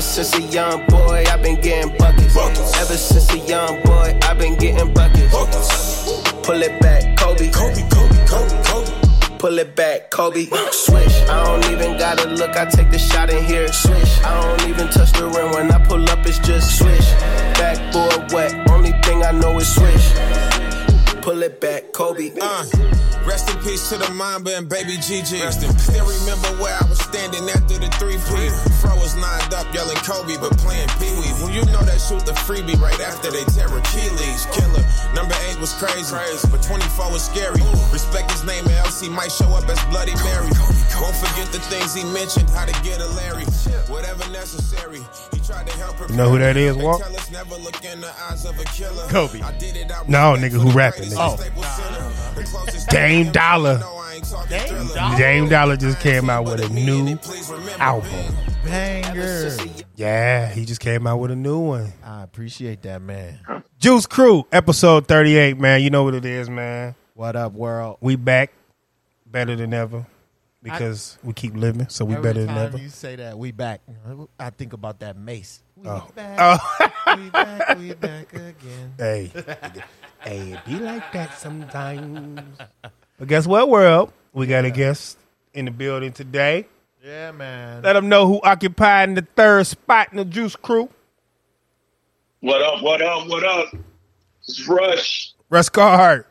since a young boy, I've been getting buckets. Buckets. Ever since a young boy, I've been getting buckets. Pull it back, Kobe. Kobe, Kobe, Kobe, Kobe. Pull it back, Kobe. Swish. I don't even gotta look. I take the shot in here. Swish. I don't even touch the rim when I pull up. It's just swish. Backboard wet. Only thing I know is swish. Pull it back, Kobe. Uh, rest in peace to the Mamba and baby Gigi. Still remember where I was standing after the three P. Fro was lined up yelling Kobe, but playing Pee Wee. Well, you know that shoot the freebie right after they tear Achilles. Killer number eight was crazy, but 24 was scary. Respect his name, and LC might show up as Bloody Mary. Won't forget the things he mentioned, how to get a Larry, whatever necessary. He tried to help. You know who that is, They Walt? tell us never look in the eyes of a killer. Kobe. I did it out No, respect nigga, for who the rapping, greatest nigga? Staples Center. The closest Dame thing- Dollar. No, I ain't talking Dame thriller. Dollar? Dame Dollar just came out with a new Please remember album. Banger. Yeah, he just came out with a new one. I appreciate that, man. Juice Crew, episode 38, man. You know what it is, man. What up, world? We back better than ever because we keep living, so we Every better than time ever. you say that, we back. I think about that mace. We Oh. back. Oh. we back. We back again. hey, hey, it be like that sometimes. But guess what, world? We got a guest in the building today. Yeah, man. Let them know who occupying the third spot in the Juice Crew. What up, what up, what up? It's Rush. Russ Carhart.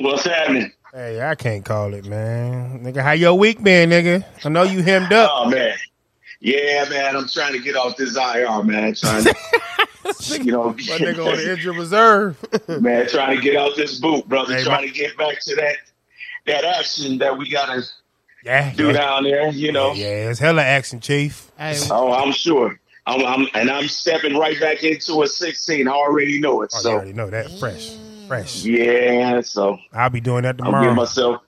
What's happening? Hey, I can't call it, man. Nigga, how your week been, nigga? I know you hemmed up. Oh man. Yeah, man, I'm trying to get off this IR, man. Trying to, you know, My nigga on the injury reserve. man, trying to get out this boot, brother. Hey, trying my- to get back to that that action that we gotta yeah, do yeah. down there, you know. Yeah, it's hella action, Chief. Hey, Oh, I'm sure. I'm, I'm and I'm stepping right back into a 16. I already know it. Oh, you So already know that. Fresh. Fresh. yeah, so I'll be doing that I'm getting tomorrow. myself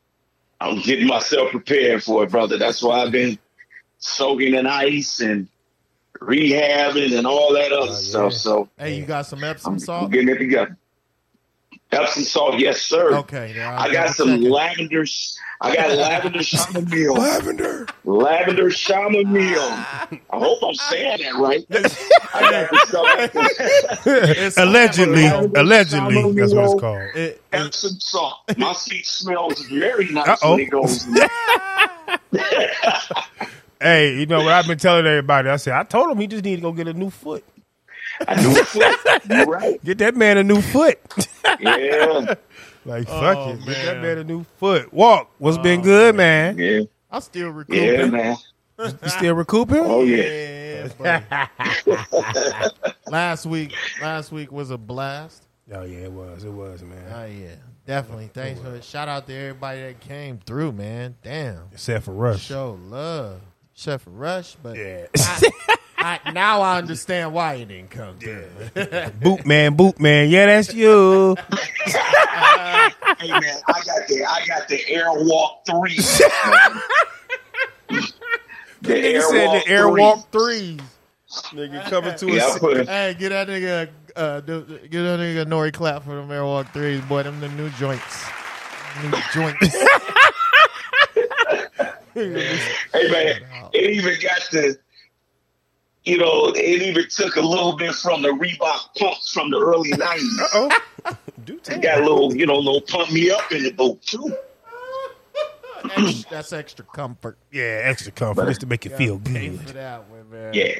I'm getting myself prepared for it, brother. That's why I've been soaking in ice and rehabbing and all that other Oh, stuff. yeah. So hey, you got some Epsom I'm salt? getting it together. Epsom salt, yes, sir. Okay. then I'll I double got some check it. lavender. I got lavender chamomile. Lavender. Lavender chamomile. I hope I'm saying that right. I got the stuff. It's- allegedly. Lavender, Allegedly. That's what it's chamomile. called. It- it- Epsom salt. My seat smells very nice Uh-oh. when it goes. in. Hey, you know what I've been telling everybody? I said, I told him he just need to go get a new foot. I knew it. You're right. Get that man a new foot. Yeah. like, Oh, fuck it. Get that man. man a new foot. Walk. What's been good, man? Yeah. I'm still recruiting. Yeah, man. You still recouping? Oh yeah. Yeah, buddy. last week, last week was a blast. Oh, yeah, it was. It was, man. Oh yeah, definitely. Thanks for shout out to everybody that came through, man. Damn, Except for Rush. show love, Chef Rush. But Yeah. I, now I understand why he didn't come through. boot man, boot man. Yeah, that's you. Hey man, I got the I got the Airwalk three. man. the Nigga said the Airwalk threes. Nigga coming to three. Yeah, I us. put it. Hey, get that nigga, uh, do- get that nigga a Nori clap for the Airwalk threes, boy. Them the new joints, new joints. Hey man, it even got the. You know, it even took a little bit from the Reebok pumps from the early '90s. Oh, do It tell. got a little, you know, little pump me up in the boat too. Extra- that's extra comfort. Yeah, extra comfort just to make you feel Pay for good. that one, man. Yeah,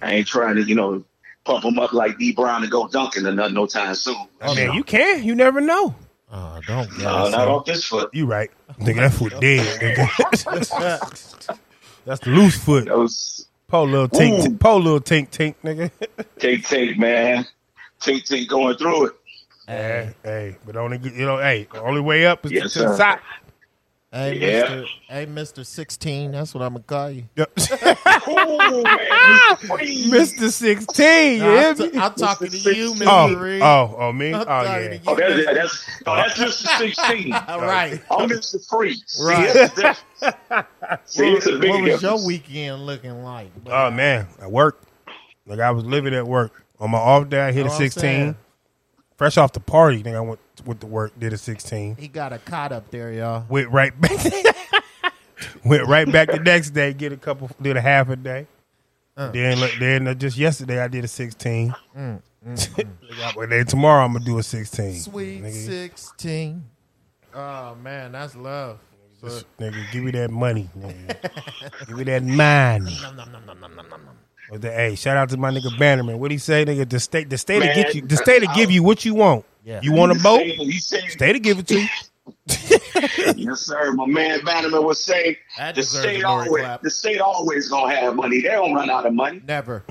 I ain't trying to, you know, pump them up like D Brown and go dunking or nothing no time soon. Man, you can. You never know. Oh, don't get No, us not on- off this foot. You right, nigga. That foot dead. Nigga. That's the loose foot. That was Po little tink, Ooh. tink po little tink tink, nigga. Tink Tink, man. Tink Tink going through it. hey, hey, but only you know, hey, the only way up is Yes, to the sir. top. Hey, Yeah. Mister. Hey, Mister. Sixteen. That's what I'm gonna call you. Yep. Ooh, man. Mr. Sixteen, you Nah, hear I'm, t- me? I'm talking to you, Mister. Oh, Reed. oh, oh, me? I'm Oh, talking yeah. to Oh, you. that's, that's, oh, that's Mr. 16. All right. I'm Mr. Freeze. See, Right. that's the difference. See, it's a big What was difference. your weekend looking like? Oh man, I worked. Like I was living at work. On my off day, I hit a Know what Oh, I'm sixteen. saying? Fresh off the party, think I went went to work, did a sixteen. He got a cot up there, y'all. Went right back. went right back the next day, get a couple, did a half a day. Then, look, then uh, just yesterday I did a sixteen. Mm, Look out, but then tomorrow I'm gonna do a sixteen. Sweet nigga, sixteen. Oh man, that's love. But- nigga, give me that money. Nigga. give me that money. With the, hey, shout out to my nigga Bannerman. What he say, nigga? The state, the state to Man, get you, the state to give you what you want. Yeah. You want a He boat? said- He said, State to give it to you. yes, sir. My man Bannerman would say, That the deserves a state glory always, clap. the state always gonna have money. They don't run out of money. Never.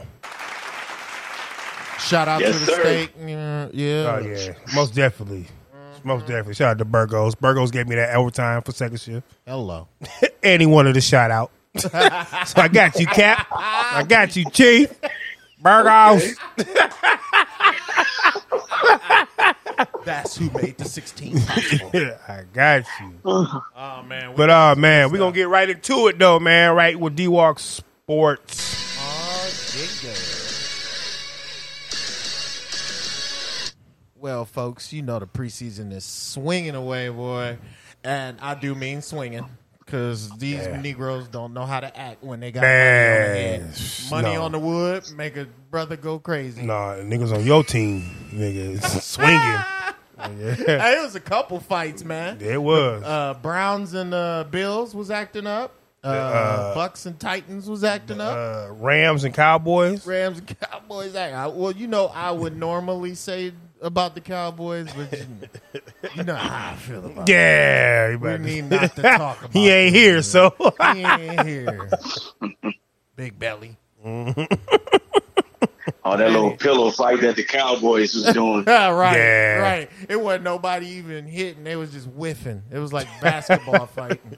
Shout out Yes, to the sir. state. Yeah, yeah. Oh yeah, most definitely, most definitely. Shout out to Burgos. Burgos gave me that overtime for second shift, Hello. and he wanted a shout out. so I got you, Cap. I got you, Chief. Burgos. That's who made the 16 possible. I got you. oh man. But uh, man, we gonna get right into it though, man. Right with D Walk Sports. Well, folks, you know the preseason is swinging away, boy, and I do mean swinging because these Negroes don't know how to act when they got Man, money on the head. Money no. on the wood make a brother go crazy. Nah, niggas on your team, nigga, it's swinging. Yeah, Hey, it was a couple fights, man. it was. Uh, Browns and uh, Bills was acting up. Uh, Bucks and Titans was acting up. Uh, Rams and Cowboys. Rams and Cowboys. act- I, well, you know, I would normally say about the Cowboys, but you, you know how I feel about it. Yeah, you We better- need not to talk about he ain't here, so it. He ain't here. Big belly. Oh, that little pillow fight that the Cowboys was doing. Ah, right, Yeah. right. It wasn't nobody even hitting. They was just whiffing. It was like basketball fighting.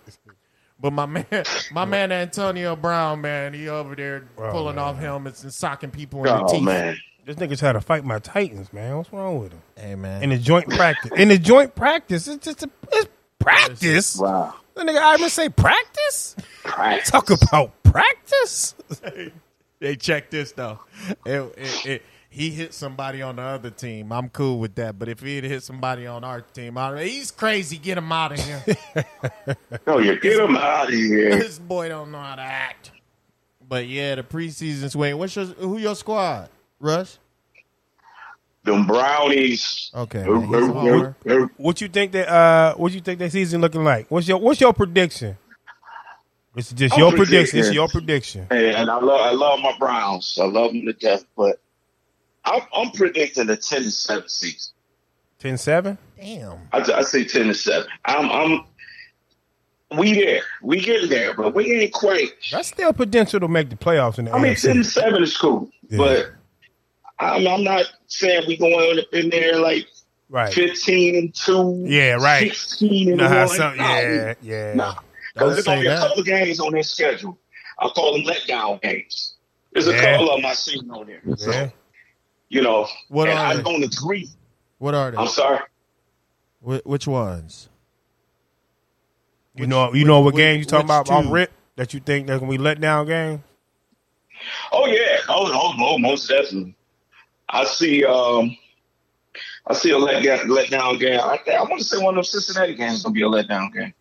But my man, my man Antonio Brown, man, he over there Oh, pulling off helmets and socking people in the oh teeth. man, This nigga try to fight my Titans, man. What's wrong with him? Hey man, In the joint practice. In the joint practice. It's just a, it's practice. wow, The nigga I even say practice? Practice. Talk about practice. Hey, check this though. It- it- it- he hit somebody on the other team. I'm cool with that. But if he had hit somebody on our team, I, he's crazy. Get him out of here. No, you Oh, get him out of here. this boy don't know how to act. But yeah, the preseason swing. What's your who your squad? Rush. Them brownies. Okay, Er, man, he's a er, homer. er, er. What you think that uh what you think that season looking like? What's your what's your prediction? It's just I'm your prediction. It's predicting- your prediction. And I love, I love my Browns. I love them to death. But I'm, I'm predicting a ten to seven season. 10-7? Damn. I, I say ten to seven. I'm, I'm. We there. We getting there, but we ain't quite. That's still potential to make the playoffs in the I mean, ten to AFC. seven is cool, Yeah. but I'm, I'm not saying we going up in there like Right. fifteen and two. Yeah, right. You Sixteen and know how one. some- No, yeah, yeah. Nah. Don't Because there's say going to be a that. couple of games on their schedule. I call them letdown games. There's a Yeah. couple of my season on there. So, Yeah. you know, What and are I they? don't agree. What are they? I'm sorry. Wh- which ones? You know you know what which- game you talking which about off two? rip that you think that can be let down game? Oh, yeah. Oh, oh, oh most definitely. I see um, I see a letdown, letdown game. I, think- I want to say one of those Cincinnati games is going to be a letdown game.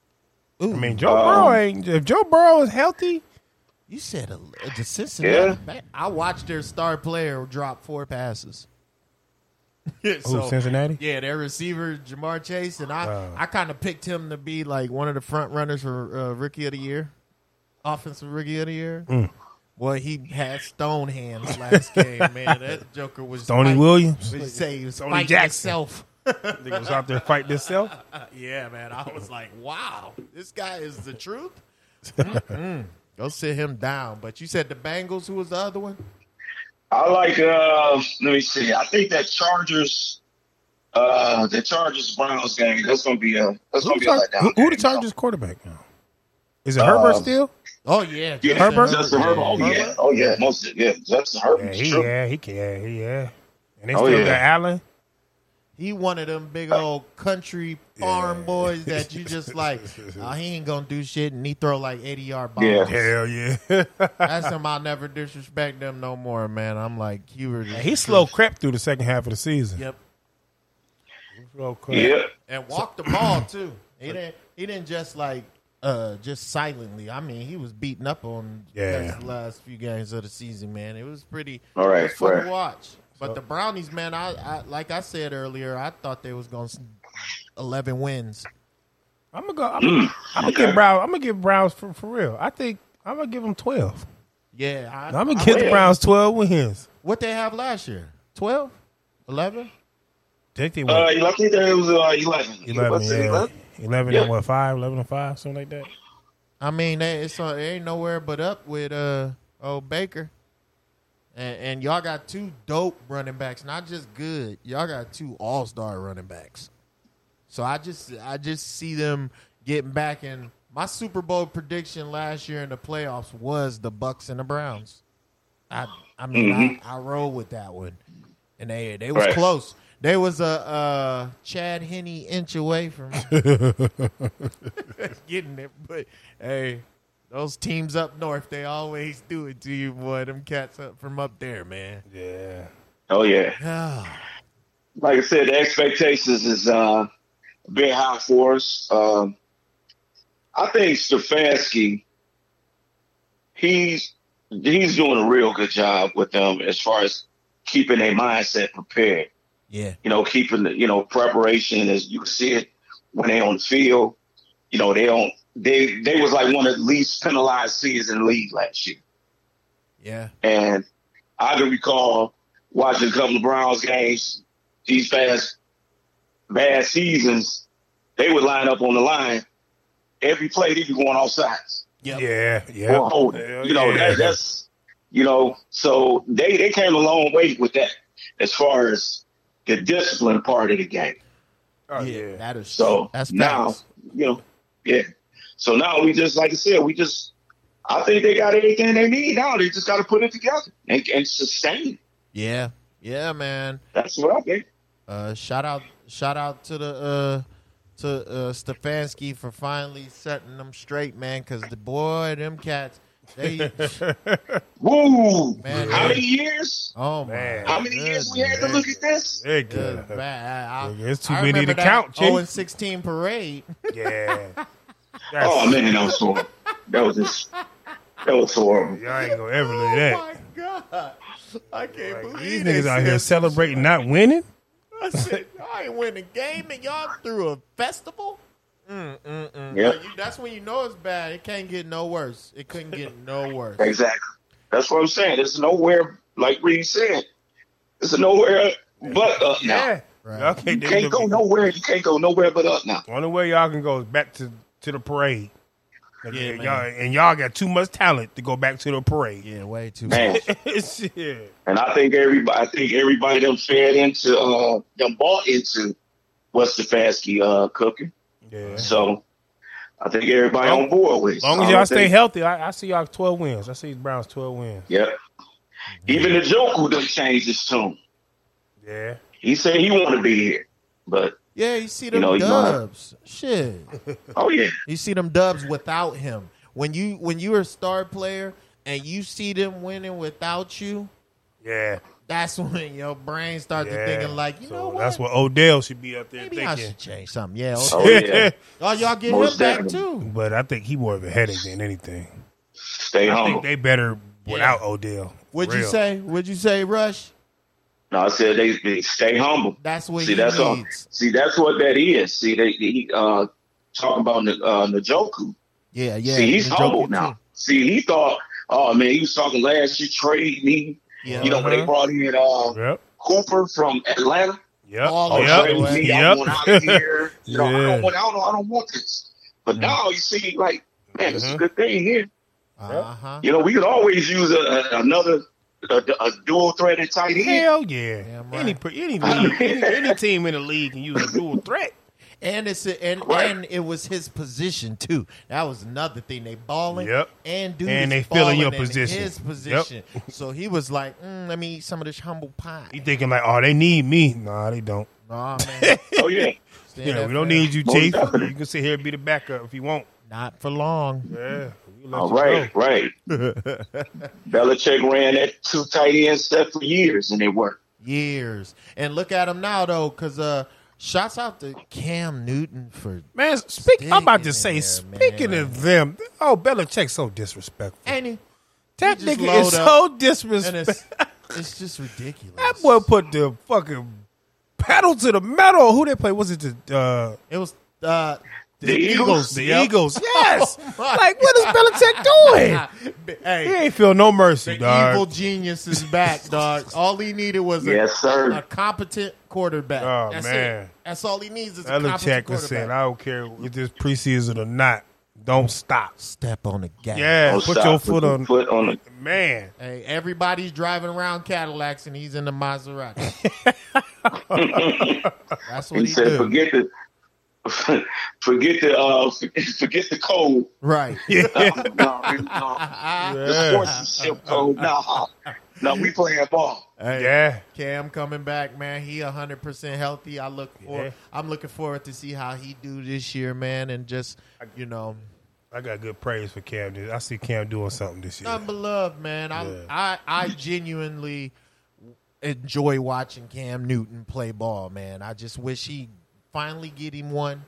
Ooh, I mean, Joe Um, Burrow ain't. If Joe Burrow is healthy, you said a, the Cincinnati. Yeah. Man, I watched their star player drop four passes. Yeah, who Cincinnati? Yeah, their receiver Jamar Chase, and I, I kind of picked him to be like one of the front runners for uh, rookie of the year, offensive rookie of the year. Mm. Well, he had stone hands last game, man. That Joker was Tony spiked- Williams? What you say? He was Tony spiked Jackson. himself. Nigga was out there fighting himself. Yeah, man. I was like, wow, this guy is the truth. Mm-mm. Go sit him down. But you said the Bengals. Who was the other one? I like, uh, let me see. I think that Chargers. Uh, the Chargers Browns game. That's gonna be a. That's Who, gonna be a Char- letdown. who, who the game. Chargers quarterback now? Is it Herbert Um, still? Oh yeah, Yeah, Justin Herbert? Justin Herbert. Oh yeah, oh yeah, most yeah, Justin Herbert. Yeah, is he, true. yeah, he can, yeah, he, yeah. And they Oh, still yeah. got Allen. He one of them big old country farm boys that you just like. "Oh, he ain't gonna do shit, and he throw like eighty yard bombs. Yeah. Hell yeah. That's him. I'll never disrespect them no more, man. I'm like Hubert. he slow crept through the second half of the season. Yep, Slow crept. Yeah. and walk the ball too. He didn't. He didn't just like uh, just silently. I mean, he was beaten up on Yeah. those last few games of the season, man. It was pretty. All right, it was fun right. to watch. But the Brownies, man, I, I like I said earlier, I thought they was going to eleven wins. I'm gonna go. I'm, gonna I'm gonna give Browns. I'm gonna give Browns for, for real. I think I'm gonna give them twelve. Oh, Yeah, I, I'm gonna I- give the will. Browns twelve wins. what they have last year 12? 11? Think they Uh, won I think that it was uh, 11. eleven, Was it yeah. 11? eleven Yeah. and what five, eleven and five, something like that. I mean, they, it's uh, they ain't nowhere but up with uh old Baker, and, and y'all got two dope running backs, not just good. Y'all got two all star running backs. So I just I just see them getting back in. My Super Bowl prediction last year in the playoffs was the Bucks and the Browns. I I mean I, I roll with that one, and they they was Mm-hmm. Right. close. They was a uh, Chad Henney inch away from getting it, but hey, those teams up north they always do it to you, boy. Them cats up from up there, man. Yeah, Oh, yeah. Ah, like I said, the expectations is uh, very high for us. Um, I think Stefanski, he's he's doing a real good job with them as far as keeping their mindset prepared. yeah, You know, keeping the, you know preparation as you see it when they on the field. You know, they don't they they was like one of the least penalized seasons in the league last year. yeah, And I can recall watching a couple of Browns games these past bad seasons. They would line up on the line. Every play, they be going off sides yep. yeah, yeah. or holding. Hell You know, yeah. that, that's, you know, so they, they came a long way with that as far as the discipline part of the game. Oh, yeah. That is So That's now, facts. you know, yeah. So now we just, like I said, we just, I think they got everything they need now. They just got to put it together and, and sustain it. Yeah, yeah, man. That's what I think. Uh, shout out, shout out to the uh, to uh, Stefanski for finally setting them straight, man. Because the boy, them cats, they Woo! Man, how yeah. many years? oh my, Man. How many years we had to look at this? Nigga. Good, man. I, I, Nigga, it's too I many to remember that count, Chief. 0 and 16 parade. Yeah. That's, Oh man, that was horrible. That was just that was horrible. Y'all ain't gonna ever oh live that. my god, I can't believe These they niggas out said here celebrating not winning. I said, I ain't win a game and y'all threw a festival. Yeah, Like, you, that's when you know it's bad. It can't get no worse. It couldn't get no worse. exactly. That's what I'm saying. There's nowhere, like Reed said, there's nowhere but up now. Yeah. Right. Y'all can't, You can't go nowhere. You can't go nowhere but up now. Only way y'all can go is back to, to the parade. Like, Yeah, y'all, man. and y'all got too much talent to go back to the parade. Yeah, way too Man, Shit. and I think everybody, I think everybody them fed into, uh, them bought into what Stefanski uh cooking. Yeah. So I think everybody Long- on board with. it. As long as I don't y'all stay think- healthy, I, I see y'all twelve wins. I see Browns twelve wins. Yeah. Even the Joker done changed his tune. Yeah. He said he want to be here, but Yeah, you see them know, you know how- dubs. Shit. oh yeah, You see them dubs without him. When you when you're a star player and you see them winning without you, Yeah. that's when your brain starts Yeah. to thinking like, you so know what? That's what Odell should be up there Maybe I thinking. should change something. Yeah. okay. Oh, oh yeah. y'all get Most him back definitely. too. but I think he more of a headache than anything. Stay I humble. think they better without Odell. for Would you real. say? Would you say, Rush? no, I said they, they stay humble. That's what See, he that's all. needs. See, that's what that is. See, they, they uh, talking about N- uh, Njoku. Yeah, yeah. see, he's Njoku humble too. now. See, he thought, oh man, he was talking last year trade me. Yeah. You know, when they Uh-huh. brought in uh, Yep. Cooper from Atlanta. Yep. All Oh, Yep. trade me. I Yep. want out of here. You know, I Yeah. don't want. I don't, I don't want this. But now you see, like, man, this is a Mhm. good thing here. Uh huh. You know, we could always use a, a, another a, a dual threaded tight end. Hell yeah. Damn Any right. per- any league, any, any team in the league can use a dual threat. And it's and Right. and it was his position too. That was another thing. They balling Yep. and dude And is they filling balling your in position. His position. so he was like, mm, "Let me eat some of this humble pie." You thinking like, oh, they need me? Nah, they don't. Nah, man. Oh yeah, Stand Yeah, we up for don't that. need you, Most Chief. definitely. You can sit here and be the backup if you want. Not for long. Yeah. we let all you right, go. right. Belichick ran that two tight end set for years, and it worked. Years. And look at him now though, because uh, Shouts out to Cam Newton for. Man, speak. I'm about to say, Sticking in there, speaking man. of them, oh Belichick's so disrespectful. And he, that he just nigga is load up, so and disrespectful. it's, it's just ridiculous. That boy put the fucking pedal to the metal. Who they play? Was it the uh, It was uh, The Eagles? the Yep. Eagles? Yes. my like what is Belichick doing? He Hey, ain't feel no mercy, the dog. evil genius is back, dog. All he needed was a, Yes, sir. a competent quarterback. Oh, That's man. it. That's all he needs is a competent Belichick is saying, quarterback. I don't care if this preseason or not. Don't stop. Step on the gas. Yeah, Don't put stop. your foot your on. foot on the Man, Hey, everybody's driving around Cadillacs and he's in the Maserati. That's what He he, said, do. "Forget the, forget the, uh, forget the code. Right. No, no, no. The sportsmanship code. No, no, we playing ball. Hey, yeah. Cam coming back, man. He hundred percent healthy. I look for. Yeah. I'm looking forward to see how he do this year, man, and just you know, I got good praise for Cam. This- I see Cam doing something this year. nothing but love, man. I Yeah. I I genuinely enjoy watching Cam Newton play ball, man. I just wish he finally get him one,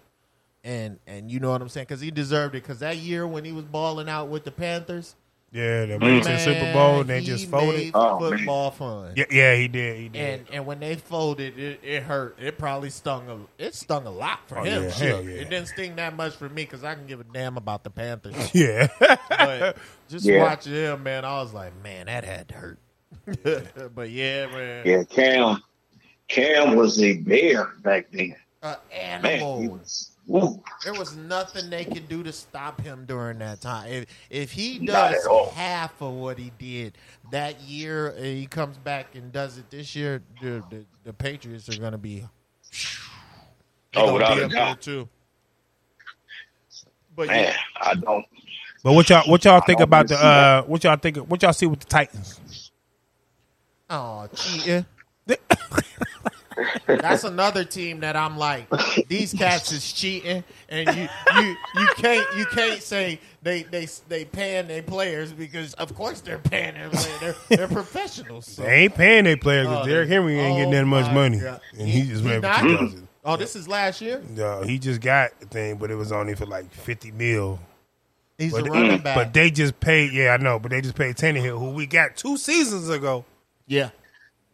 and and you know what I'm saying, because he deserved it. Because that year when he was balling out with the Panthers, Yeah, they went to the man, Super Bowl and they he just folded. made Oh, man. football fun. Yeah, yeah, he did. He did. And and when they folded, it, it hurt. It probably stung a it stung a lot for Oh, him. yeah, Shit. hell yeah. It didn't sting that much for me because I can give a damn about the Panthers. yeah. but just Yeah. watching him, man, I was like, man, that had to hurt. but yeah, man, Yeah, Cam. Cam was a bear back then. an Man, animal. he was. Woo. Uh, There was nothing they could do to stop him during that time. If if he Not does at all. half of what he did that year, and he comes back and does it this year, the the, the Patriots are going to be. Oh, they're gonna without be a up there, doubt. too. But Man, yeah, I don't. But what y'all what y'all think don't about the see that. uh what y'all think what y'all see with the Titans? oh, cheating. That's another team that I'm like, these cats is cheating, and you you you can't you can't say they they they paying their players because of course they're paying their players. They're, they're professionals. so- They ain't paying their players because Oh, Derrick Henry ain't oh getting that much my money, God. and he just went not? for two thousand. Oh, this is last year. No, he just got the thing, but it was only for like fifty mil. He's But, a running back. but they just paid. Yeah, I know, but they just paid Tannehill, who we got two seasons ago. yeah,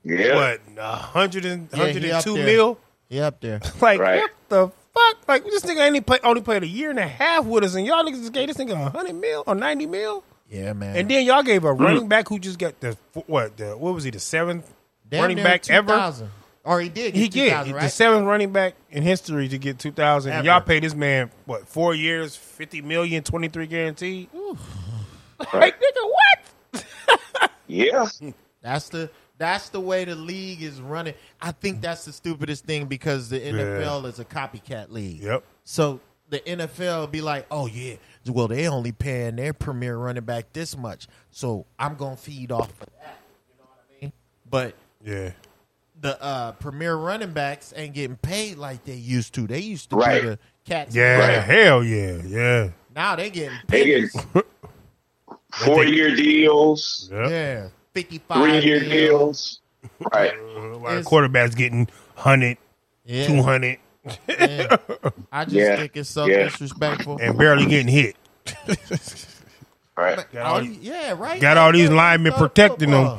Yeah. What a hundred and Yeah, he hundred and up two there. mil? he up there. Like Right. what the fuck? Like this nigga only play, only played a year and a half with us, and y'all niggas just gave this nigga hundred mil or ninety mil. Yeah, man. And then y'all gave a Mm. running back who just got the what the what was he the seventh Damn running near back ever? 2,000. Or he did. Get He did 2,000, the right? seventh running back in history to get two thousand. And y'all Ever. paid this man what four years, fifty million, twenty three guaranteed. Like nigga, what? Yeah. That's the that's the way the league is running. I think that's the stupidest thing because the NFL is a copycat league. Yep. So the NFL be like, oh yeah, well they only paying their premier running back this much, so I'm gonna feed off of that. You know what I mean? But Yeah, the uh, premier running backs ain't getting paid like they used to. They used to Right. be the cats. yeah, Right. hell yeah, yeah, Now they getting They paid. get four year deals, yeah. Yeah, fifty five three year deals. Right. Why the It's- quarterback's getting 100, Yeah, 200, yeah. I just Yeah. think it's so Yeah. disrespectful. and barely getting hit. Right. Got all, Oh, yeah, right. got all these linemen Throw the protecting them,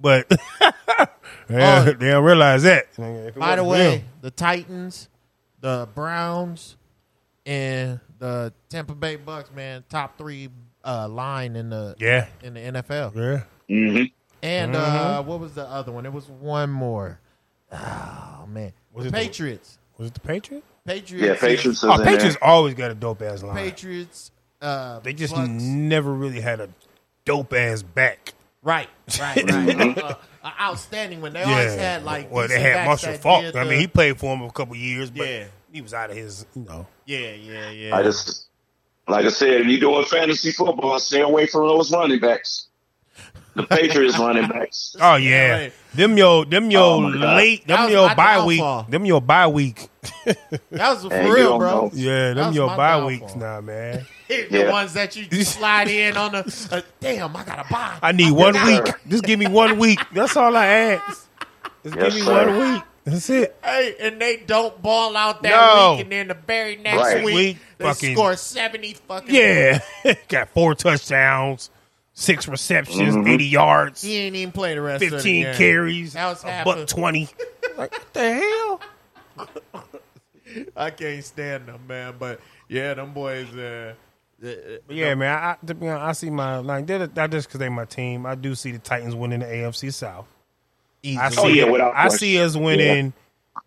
football. but yeah, they don't realize that. If it By wasn't for the way, them, the Titans, the Browns, and the Tampa Bay Bucks, man, top three uh, line in the yeah, in the NFL. yeah. Mm-hmm. Mm-hmm. And uh, what was the other one? It was one more. Oh man, Was the it the- Patriots. Was it the Patriots? Patriots. Yeah, Patriots is Oh, in Patriots there. always got a dope ass line. Patriots. Uh, They just Bucks. never really had a dope ass back. right, right, right. uh, uh, outstanding when they always had like. Mm-hmm. well, they decent had backs Marshall that Falk. did I the- mean, he played for him a couple years, but Yeah. he was out of his. You know, yeah, yeah, yeah. I just, like I said, if you're doing fantasy football, stay away from those running backs. The Patriots running backs. oh yeah, right. them yo, them yo Oh, my God. late, That them was yo my bye week, downfall. them yo bye week. that was for Hey, you real, don't bro. know. Yeah, That them was your my bye downfall. weeks now, man. the Yeah. ones that you slide in on the uh, damn. I gotta buy. I need one got week. her. Just give me one week. That's all I ask. Just Yes, give me sir. one week. That's it. Hey, and they don't ball out that No. week, and then the very next Right. week, Week they fucking- score seventy fucking. Yeah. Got four touchdowns, six receptions, Mm-hmm. 80 yards, he ain't even play the rest of the 15 game. carries, That was a half buck of- 20. like, what the hell? I can't stand them, man. But yeah, them boys. Uh, uh, But yeah, man. I, I- to be honest, I see my like they're the- not just because they my team. I do see the Titans winning the AFC South. I see, Oh, yeah, without I question. see us winning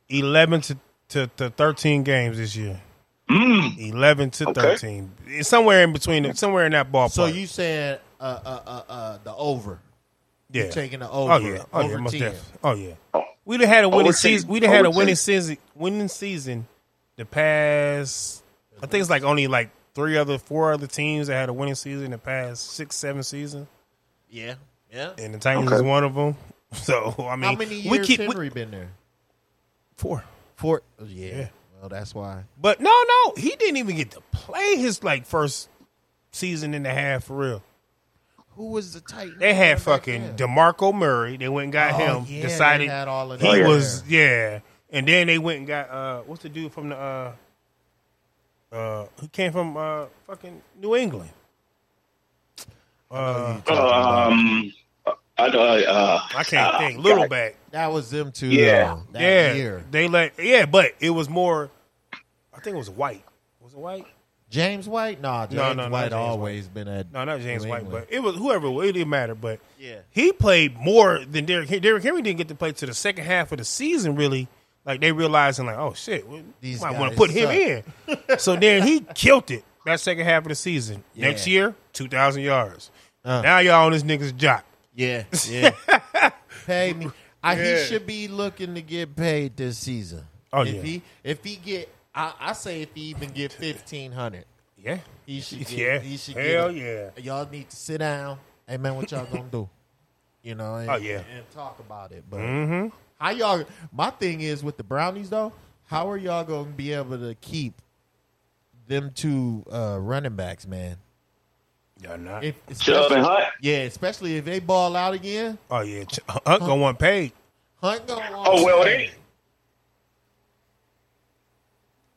eleven to, to, to thirteen games this year. Eleven to Mm. Okay. thirteen, It's somewhere in between, somewhere in that ballpark. so you said uh, uh, uh, uh, the over? yeah. taking the Oh over, yeah, oh over yeah, most 10. definitely. Oh yeah. Oh. We done had a winning Over 10, season. We done had a over 10. winning season. Winning season. The past, I think it's like only like three other, four other teams that had a winning season. The past six, seven seasons. Yeah, yeah. and the Titans Okay. is one of them. So I mean, How many years we keep we- Henry been there? four. Four. oh, Yeah. Well, that's why. But no, no, he didn't even get to play his like first season and a half for real. Who was the Titan? They had quarterback fucking then? Demarco Murray. They went and got Oh, him. yeah, they decided had all of he them there. was yeah. And then they went and got uh what's the dude from the uh uh who came from uh fucking New England. Um, I know. Uh, I can't uh, think. Little God. back. That was them two. Yeah. though, that yeah. year. They let yeah, but it was more I think it was white. Was it white? James White. Nah, James No, no, not White James always been at. No, not James New White, England. but it was whoever. It didn't matter, but Yeah. he played more than Derrick. Henry. Derrick Henry didn't get to play to the second half of the season. Really, like they realizing, like, oh shit, we These might want to guys put him in. so then he killed it that second half of the season. Yeah. Next year, two thousand yards. Uh. Now y'all on this nigga's jock. Yeah, yeah. Pay me. I, He should be looking to get paid this season. Oh, if yeah. He, if he get, I, I say if he even get fifteen hundred, Yeah, he should. Get, Yeah. He should. Hell get it. yeah. Y'all need to sit down. Hey man, what y'all gonna do? You know. And, Oh, yeah. Mm-hmm. And talk about it. But how y'all? My thing is with the brownies though. How are y'all gonna be able to keep them two uh, running backs, man? y'all not. If, Chubb and Hunt. yeah, especially if they ball out again. oh yeah, Ch- Hunt gonna want paid. Hunt gonna. Oh well, they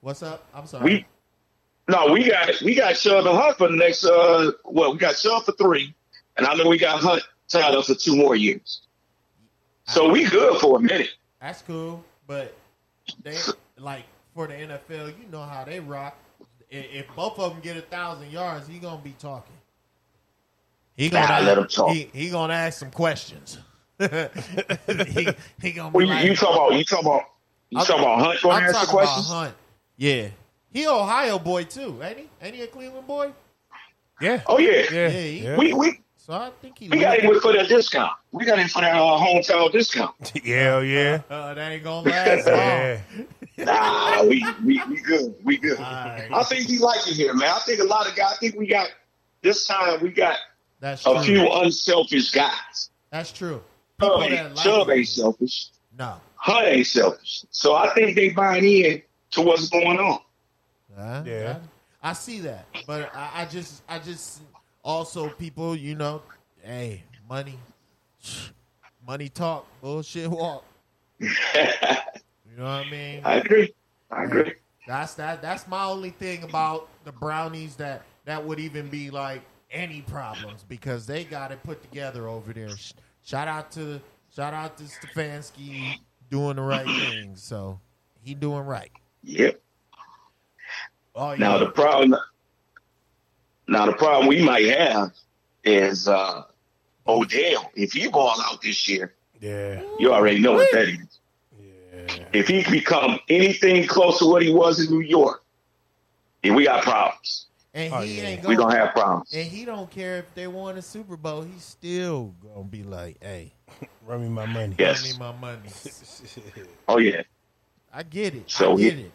What's up? I'm sorry. we no, we got we got Chubb and Hunt for the next. Uh, well, we got Chubb for three, and I know we got Hunt tied up for two more years. So we good for a minute. That's cool, but they like for the NFL, you know how they rock. I- If both of them get a thousand yards, he gonna be talking. He gonna Nah, let 'em talk. He, he gonna ask some questions. he, he gonna be Well, like, you, you talk about you talk about you I'm- talk about Hunt going I'm to answer talking about questions. Hunt. Yeah, he Ohio boy too, ain't he? Ain't he a Cleveland boy? Yeah, Oh yeah. yeah, Yeah, he- yeah. we we So I think he. we got live- him for that discount. We got him for that uh, hometown discount. Hell yeah. Uh, that ain't gonna last long. Yeah, Nah, we, we, we good. We good. right. I think he like it here, man. I think a lot of guys. I think we got this time. We got That's true. a few unselfish guys. That's true. Chubb People ain't, that like Oh, Chubb it. ain't selfish. No. Hunt ain't selfish. So I think they buying in to what's going on. Uh, Yeah. I, I see that, but I, I just, I just also people, you know, hey, money, money talk, bullshit walk. You know what I mean? I agree. I agree. That's that. That's my only thing about the brownies that that would even be like any problems because they got it put together over there. Sh- Shout out to shout out to Stefanski doing the right thing. So he doing right. Yep. Oh yeah. Now the problem. Now the problem we might have is uh, Odell. If he ball out this year, yeah, you already know what that is. If he become anything close to what he was in New York, then we got problems. and Oh, he yeah. ain't We going. gonna have problems. And he don't care if they won a Super Bowl. He's still gonna be like, "Hey, run me my money. Yeah. give Yes. me my money." Oh yeah, I get it. So I get he- it.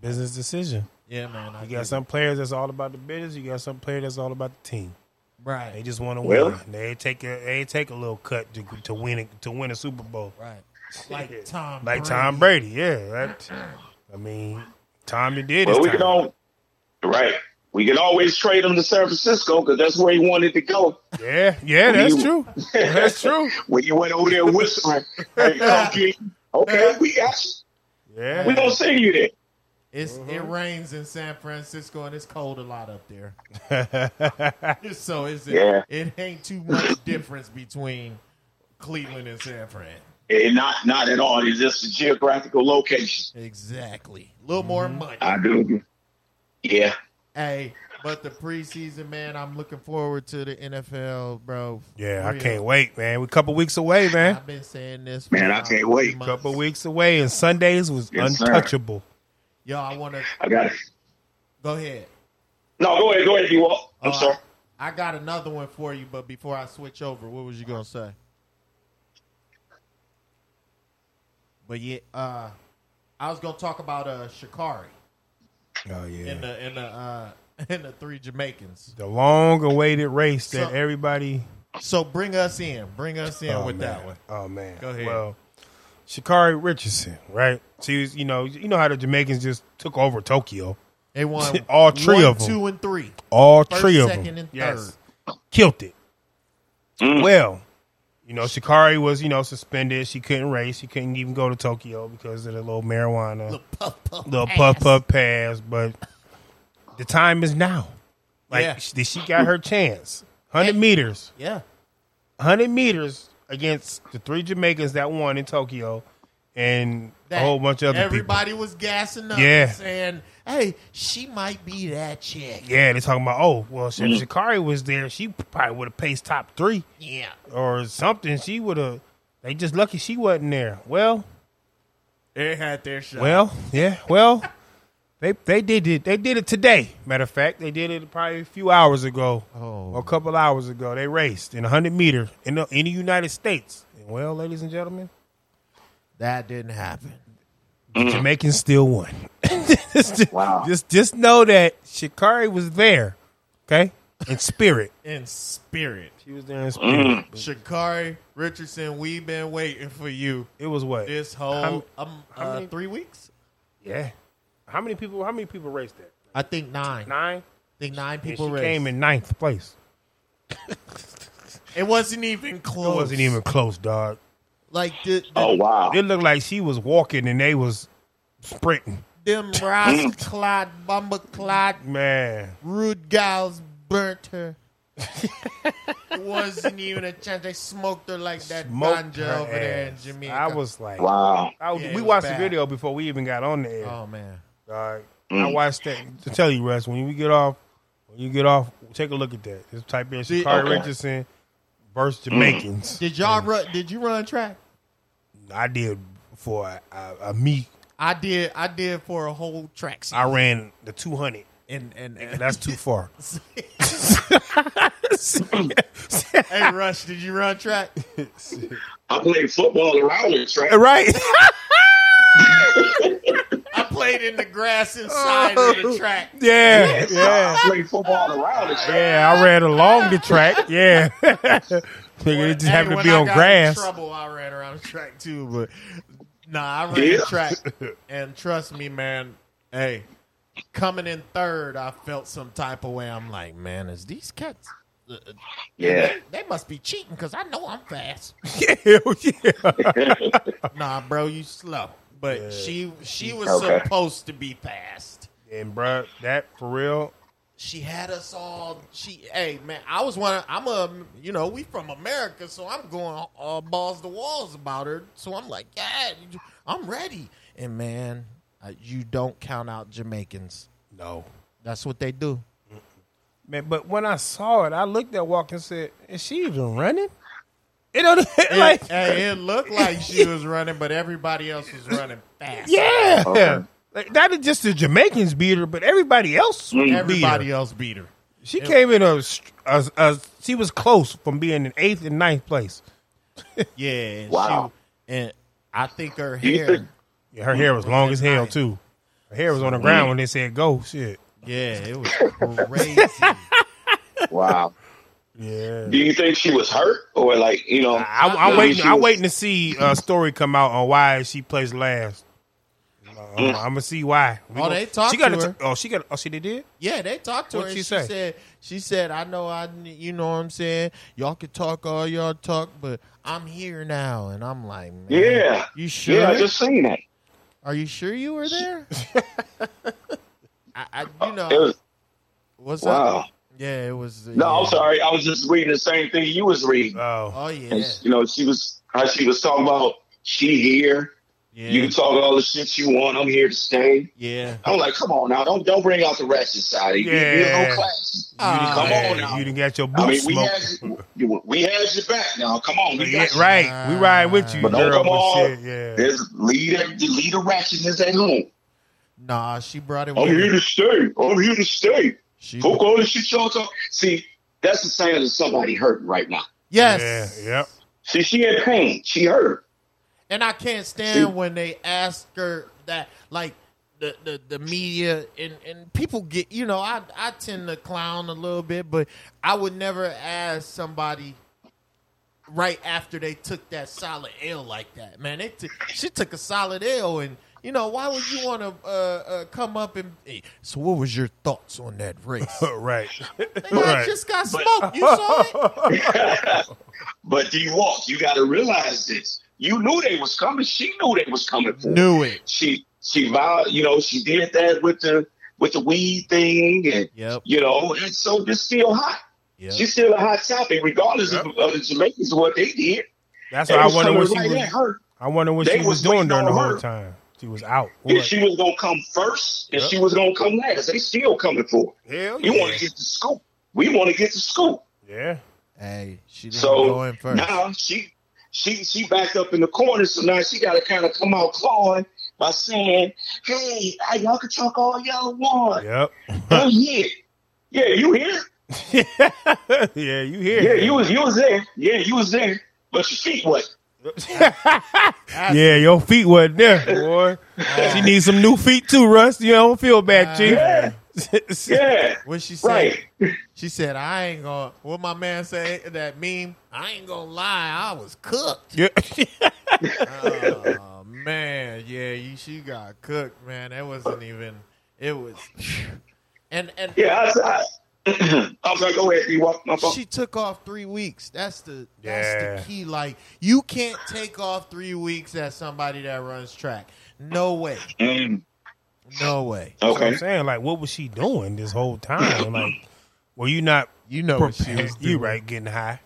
Business decision. Yeah, man. I You get got some it. players that's all about the business. You got some players that's all about the team. They right, just want to Well- win. They take a they take a little cut to, to win a, to win a Super Bowl. right. Like Tom. Like Brady. Tom Brady, yeah. That, I mean, Tommy did well his we time. can all right. We can always trade him to San Francisco because that's where he wanted to go. yeah, yeah, We- that's true. That's true. When you went over there whispering, "Hey, come get, Okay, we got you. Yeah. We gonna send you that. It's it Mm-hmm. rains in San Francisco and it's cold a lot up there. so it's Yeah. it ain't too much difference between Cleveland and San Fran. And not not at all. It's just a geographical location. Exactly. A little more money. I do. agree. Yeah. Hey, but the preseason, man, I'm looking forward to the NFL, bro. Yeah, For I real. can't wait, man. We're a couple weeks away, man. I've been saying this, for Man, I about can't three wait. months. Couple weeks away, and Sundays was Yes, sir. untouchable. Yo, I want to I got it. go ahead. No, go ahead, go ahead, you walk. I'm Uh, sorry. I got another one for you, but before I switch over, what was you gonna say? But yeah, uh, I was gonna talk about uh Shikari Oh yeah, and the and the uh, and the three Jamaicans. the long-awaited race that So- everybody So bring us in, bring us in Oh, with man. that one. Oh man. Go ahead. Well, Shikari Richardson, right? She was, you know, you know how the Jamaicans just took over Tokyo. They won All three one, of 'em. two and three. All First, three of second, them. and Yes. third. Killed it. Well, you know, Shikari was, you know, suspended. She couldn't race. She couldn't even go to Tokyo because of the little marijuana, little puff puff, little puff puff pass. But the time is now. Like Yeah. she, she got her chance. Hundred meters. Yeah, 100 meters against the three Jamaicans that won in Tokyo and a That whole bunch of other everybody was gassing up, Yeah. saying, "Hey, she might be that chick." people. Yeah, they're talking about, oh, well, since Shikari was there, she probably would have paced top three Yeah, or something. She would have. They just lucky she wasn't there. Well, they had their shot. well, yeah, well, they they did it. They did it today. Matter of fact, they did it probably a few hours ago, Oh. or a couple hours ago. They raced in 100 meter in the, in the United States. And well, ladies and gentlemen, that didn't happen. Jamaicans still won. just, Wow. Just just know that Shikari was there, okay, in spirit. Mm. In spirit, She was there in spirit. Shakari Richardson, we've been waiting for you It was what? this whole How- um, how uh, many- three weeks. yeah. How many people? How many people raced that? I think nine. I Nine. think nine And people she raced. came in ninth place. It wasn't even close. It wasn't even close, dog. like the, the, Oh wow. It looked like she was walking and they was sprinting. them Ross Clyde, Bumba Clyde, Man, Rude Gals burnt her. wasn't even a chance. They smoked her like that smoked ganja her over there in ass. Jamaica. I was like, Wow. I was- Yeah, it we was watched bad. the video before we even got on the air. oh man, Alright. I watched that. To tell you, Russ, when we get off, when you get off, take a look at that. Just type in Did- Shakari okay. Richardson versus Jamaicans. did y'all run? Did you run track? I did for a, a, a meet. I did. I did for a whole track season. I ran the 200, and and, and that's too far. hey Rush, did you run track? I played football around this track. right? I played in the grass inside of the track. yeah, yeah. I played football around this track. Yeah, I ran along the track. Yeah. Nigga, it just Hey, happened to when be I on got in grass. Trouble, I ran around the track too, but nah, I ran Yeah. track, and trust me, man. Hey, coming in third, I felt some type of way. I'm like, man, is these cats? uh, uh, Yeah. They must be cheating because I know I'm fast. Hell yeah. nah, bro, you slow. But she she was Okay. supposed to be fast. And, bruh, that for real, she had us all. She, hey man, I was one. Of, I'm a, you know, we from America, so I'm going uh, balls to walls about her. So I'm like, yeah, I'm ready. And man, uh, you don't count out Jamaicans. no. That's what they do. Man, but when I saw it, I looked at Walker and said, "Is she even running?" You know, like, hey, it looked like she was running, but everybody else was running fast. yeah, like not just the Jamaicans beat her, but everybody else Mm. beat her. everybody else beat her. She came in a, str- a, a- she was close from being in eighth and ninth place. Yeah, and Wow. She, and I think her You think- hair. Yeah, her hair was Mm. long as hell too. Her hair was on the ground when they said go. Shit. Yeah, it was crazy. Wow. Yeah. Do you think she was hurt or like you know? I, I'm waiting. I'm waiting to see a story come out on why she placed last. I'm gonna see why. We Mm. Oh, gon- they talked she got to a- her. Oh, she got. Oh, she they did. Yeah, they talked to What'd her. she She, say? said, "She said, I know I, you know what I'm saying. Y'all can talk all y'all talk, but I'm here now." And I'm like, Man, Yeah. you sure? Yeah, I just seen that. Are you sure you were there?" I, I, you know, It was, what's wow. up? Yeah, it was. No, I'm yeah. sorry. I was just reading the same thing you was reading. Oh, Oh yeah, And, you know, she was how she was talking about she here. yeah, You can talk all the shit you want. I'm here to stay. yeah. I'm like, come on now, don't don't bring out the ratchet side. You, you Yeah. no class. Oh. Ah, Come man, on now. You didn't got your I boots mean, we smoked. had you- you, we had your back. Now, come on, we Yeah, got you. right, we ride with you, But don't girl. come But on. shit, yeah. There's lead lead a ratchetness at home. Nah, she brought it. I'm with here her. to stay. I'm here to stay. She, Fuck all the shit y'all talk. See, that's the sign of somebody hurting right now. yes, Yeah, yep. See, she in pain. She hurt. And I can't stand when they ask her that, like the the, the media and, and people get. You know, I I tend to clown a little bit, but I would never ask somebody right after they took that solid L like that. Man, they took she took a solid L, and you know why would you want to uh, uh, come up and? Hey, so, what was your thoughts on that race? Right. Man, I right. just got smoked. You saw it. But D Walk, you got to realize this. You knew they was coming. She knew they was coming for. her. Knew it. She she vowed, you know, she did that with the with the weed thing, and Yep. you know, and so it's still hot. Yep. She's still a hot topic, regardless of, of the Jamaicans what they did. That's They why I was wonder coming what she right was. at her. I wonder what They she was was doing waiting during the on whole her. time. She was out. If What? she was gonna come first, and Yep. she was gonna come last, they still coming for. her. Hell You yeah. want to get the scoop. We want to get the scoop. yeah. Hey, she didn't go So in first. now she she she backed up in the corner, so now she got to kind of come out clawing by saying, "Hey, I- y'all can talk all y'all want. Yep. I'm here. Yeah, you here? yeah, you hear? Yeah, you was you was there. Yeah, you was there. But your feet what? Yeah, your feet wasn't there, boy. she needs some new feet too, Russ. You don't feel bad, Chief. Yeah, yeah, What she said? right. She said, "I ain't gonna." What my man say that meme? I ain't gonna lie, I was cooked. Yeah. Oh man, yeah, you, she got cooked, man. That wasn't even. It was, and and Yeah, I, I, I'm sorry. Go ahead. You walk my phone. she took off three weeks. That's the that's Yeah. the key. Like you can't take off three weeks as somebody that runs track. No way, Mm, no way. okay. I'm saying, like, what was she doing this whole time? Like, were you not You know what Oh, she prepared? was doing. You right, getting high,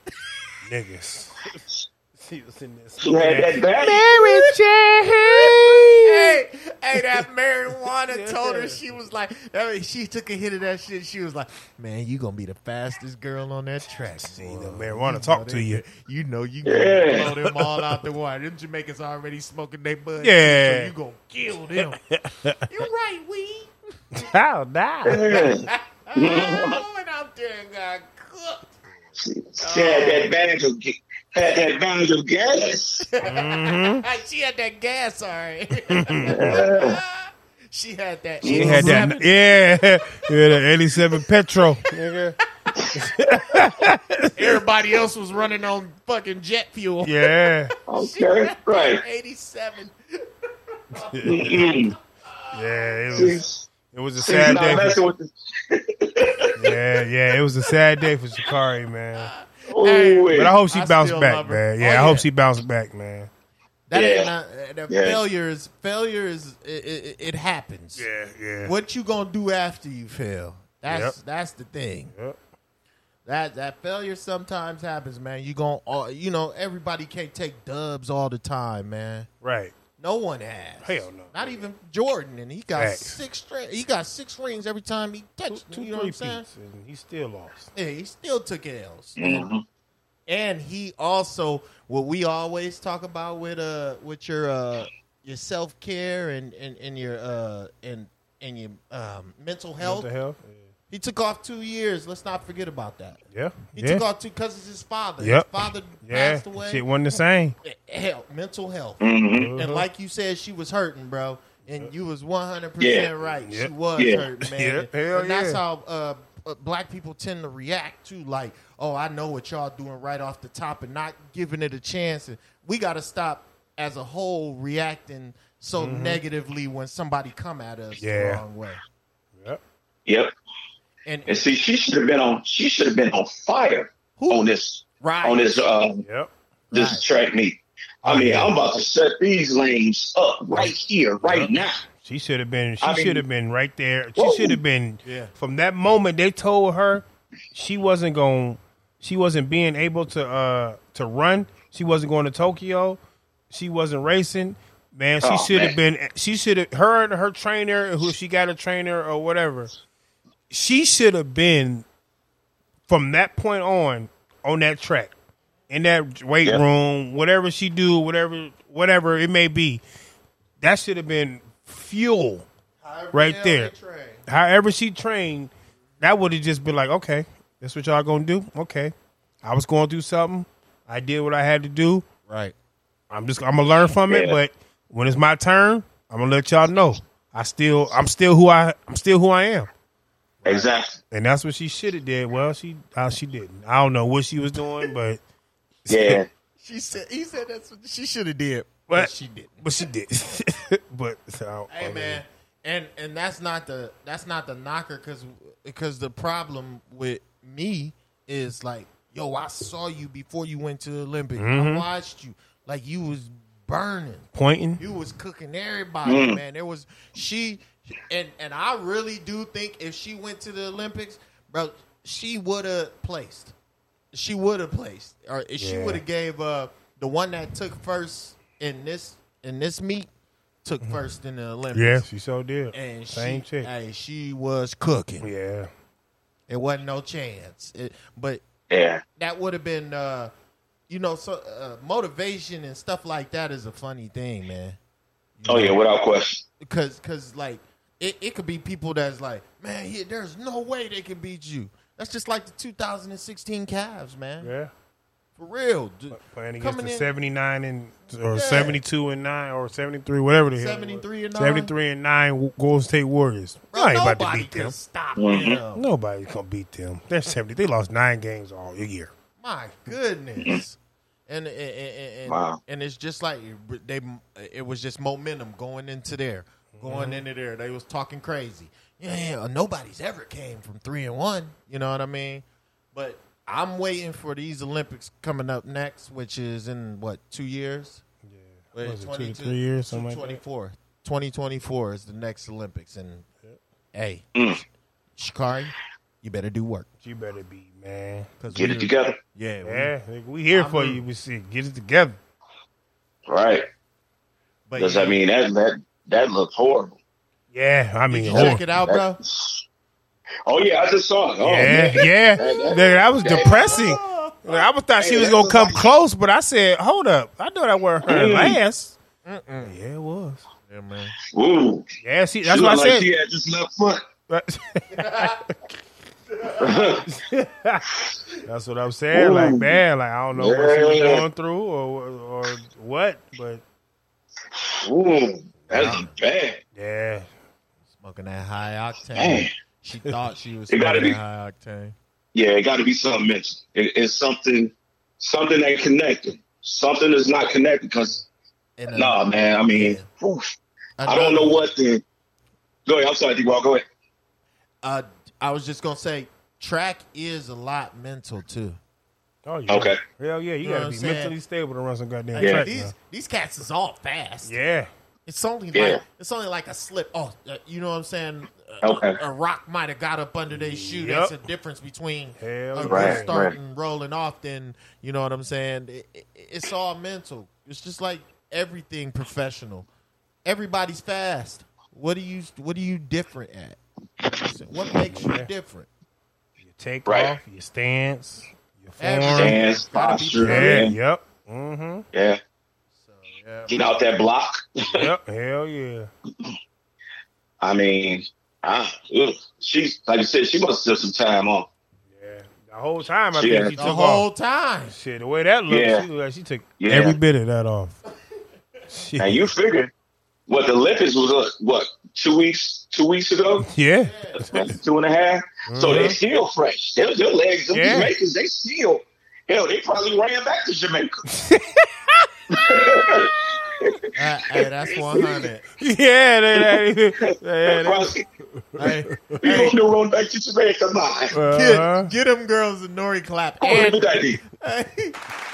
niggas. she was in this. You had that bag. Hey, hey, that marijuana told her she was like, I mean, she took a hit of that shit. She was like, man, you gonna be the fastest girl on that track. See, the boy." marijuana know talk they- to you. You know you Yeah. gonna blow them all out the water. Them Jamaicans already smoking their bud. Yeah. so you gonna kill them. you right, we. How die? Yeah. Oh, and out there and got cooked. She had that bag of ga- had that bag of gas. She had that gas, sorry. she had that. She had that. Yeah, yeah, that eighty-seven petrol. nigga. Everybody else was running on fucking jet fuel. Yeah, Okay, right. 87. Mm-mm. yeah. It was. She's- It was a she's sad not day. For, messing with the- yeah, yeah. It was a sad day for Shikari, man. Ooh, Hey, wait. But I hope she I bounced still back, love her. man. Oh, Yeah, I yeah. hope she bounced back, man. That Yeah. ain't not, uh, the Yeah. failures. Failures. It, it, it happens. Yeah, yeah. What you gonna do after you fail? That's Yep. that's the thing. Yep. That that failure sometimes happens, man. You gonna uh, you know everybody can't take dubs all the time, man. Right. No one has. Hell no. Not even Jordan, and he got Facts. six stra- He got six rings every time he touched. Two, you know what three I'm peats, saying? and he still lost. Yeah, he still took L's. And he also what we always talk about with uh with your uh your self care and, and and your uh and and your um mental health. What the hell? He took off two years. Let's not forget about that. Yeah. He yeah. took off two because it's his father. Yep. His father yeah. passed away. Shit wasn't the same. Hell, mental Eh, health. Mm-hmm. Uh-huh. And like you said, she was hurting, bro. And you was one hundred Yeah. percent right. Yeah. She was Yeah. hurting, man. Yeah. Hell and that's yeah. how uh, uh, black people tend to react to, like, oh, I know what y'all doing right off the top, and not giving it a chance. And we got to stop as a whole reacting so negatively when somebody come at us Mm-hmm. the Yeah. wrong way. Yep. And And see, she should have been on. She should have been on fire on this right, on this uh, Yep. this Right. track meet. Oh, I mean, I'm about to set these lanes up right here, right now. She should have been. She I mean- should have been right there. She Whoa. should have been. Yeah. From that moment, they told her she wasn't going. She wasn't being able to uh to run. She wasn't going to Tokyo. She wasn't racing. Man, she Oh, should have man. been. She should have. Her and her trainer, who she got a trainer or whatever. She should have been from that point on on that track in that weight Yeah. room, whatever she do, whatever whatever it may be. That should have been fuel right there. However she trained, that would have just been like, okay, that's what y'all gonna do. Okay, I was going through something. I did what I had to do. Right. I'm just I'm gonna learn from it. Yeah. But when it's my turn, I'm gonna let y'all know. I still I'm still who I I'm still who I am. Exactly. And that's what she should have did. Well, she uh, she didn't. I don't know what she was doing, but Yeah. She said he said that's what she should have did, What? but she didn't. but she did. but so, I Hey mean, man, and and that's not the that's not the knocker because because the problem with me is like, yo, I saw you before you went to the Olympics. I watched you like you was burning, pointing. you was cooking everybody, Mm. man. There was she and and I really do think if she went to the Olympics, bro, she would have placed. She would have placed, or if she Yeah. would have gave uh the one that took first in this in this meet took first in the Olympics. Yeah, she so did. And Mm-hmm. Same she, chick. Hey, she was cooking. yeah. It wasn't no chance. It, but Yeah. that would have been, uh, you know, so uh, motivation and stuff like that is a funny thing, man. Oh yeah, without question. Because, cause like, it, it could be people that's like, man, here, there's no way they can beat you. That's just like the 2016 Cavs, man. Yeah. For real. dude. Playing against Coming the in- 79 and or Yeah. 72 and 9 or 73 whatever the hell. it was. 73 and nine? 73 and 9 Golden State Warriors. Bro, I ain't nobody about to beat can them. stop them. Nobody's going to beat them. They're 70. They lost 9 games all year. My goodness. And and, and, and, Wow. and it's just like they it was just momentum going into there, going Mm-hmm. into there. They was talking crazy. Yeah, yeah, nobody's ever came from three and one. You know what I mean? But I'm waiting for these Olympics coming up next, which is in what two years? Yeah, Was it two to three years, something like that? 24. 2024 is the next Olympics, and hey, Shikari, you better do work. You better be, man. 'cause Get we- it together. Yeah, we- Yeah, nigga, we here for you. We see. Get it together. Right. But Because yeah. I mean that that that looked horrible. Yeah, I mean, Did you horrible. check it out, bro? Oh yeah, I just saw it. Oh, yeah, man. yeah. That- Nigga, that- that was depressing. Like, I was thought she Hey, was that gonna was come like- close, but I said, "Hold up, I know that weren't her Mm. last." Yeah, it was. Yeah, man. Ooh, Yeah, she, that's she what I looked like said. she had just left foot. that's what I'm saying. Like, Ooh. man, like I don't know what she was Yeah. going through or or what, but Ooh, that's bad. yeah, Smoking that high octane. Man. She thought she was It gotta smoking be- that high octane. Yeah, it got to be something mentioned. It, it's something, something ain't connected. Something is not connected because And uh, nah, man. I mean, oof. I don't know what the. Go ahead. I'm sorry, d Go ahead. Uh, I was just gonna say, track is a lot mental too. oh yeah, Okay. hell yeah, you, know gotta what be I'm saying? mentally stable to run some goddamn Like, track. These now. these cats is all fast. Yeah, It's only like Yeah. it's only like a slip. Oh, uh, you know what I'm saying? A- Okay. A, rock might have got up under their shoe. Yep. That's the difference between Hell a good Right, start right. and rolling off. Then you know what I'm saying? It- it- it's all mental. It's just like everything professional. Everybody's fast. What are you? What are you different at? What makes you different? your take Right. off, your stance, your Everything. form. Dance, Gotta be posture. Yeah, Yeah, yep, mm-hmm, yeah. So yeah, Get out that block. yep, hell yeah. I mean, ah, ugh. she's like you said. She must have took some time off. Yeah, the whole time I She think had- she the took whole off. time. Shit, the way that looked, Yeah. she looked like she took Yeah. every bit of that off. Shit. And you figure what the Olympics was uh, what two weeks two weeks ago, yeah, two and a half. So they still fresh. Their, their legs, them Mm-hmm. Yeah. Jamaicans, they still hell. They probably ran back to Jamaica. Uh, hey, that's one hundred. yeah, they, they, they, they, Right? Hey, We on the road back to Jamaica, man. get, uh-huh. get them girls a nori clap. I And, do that day. hey,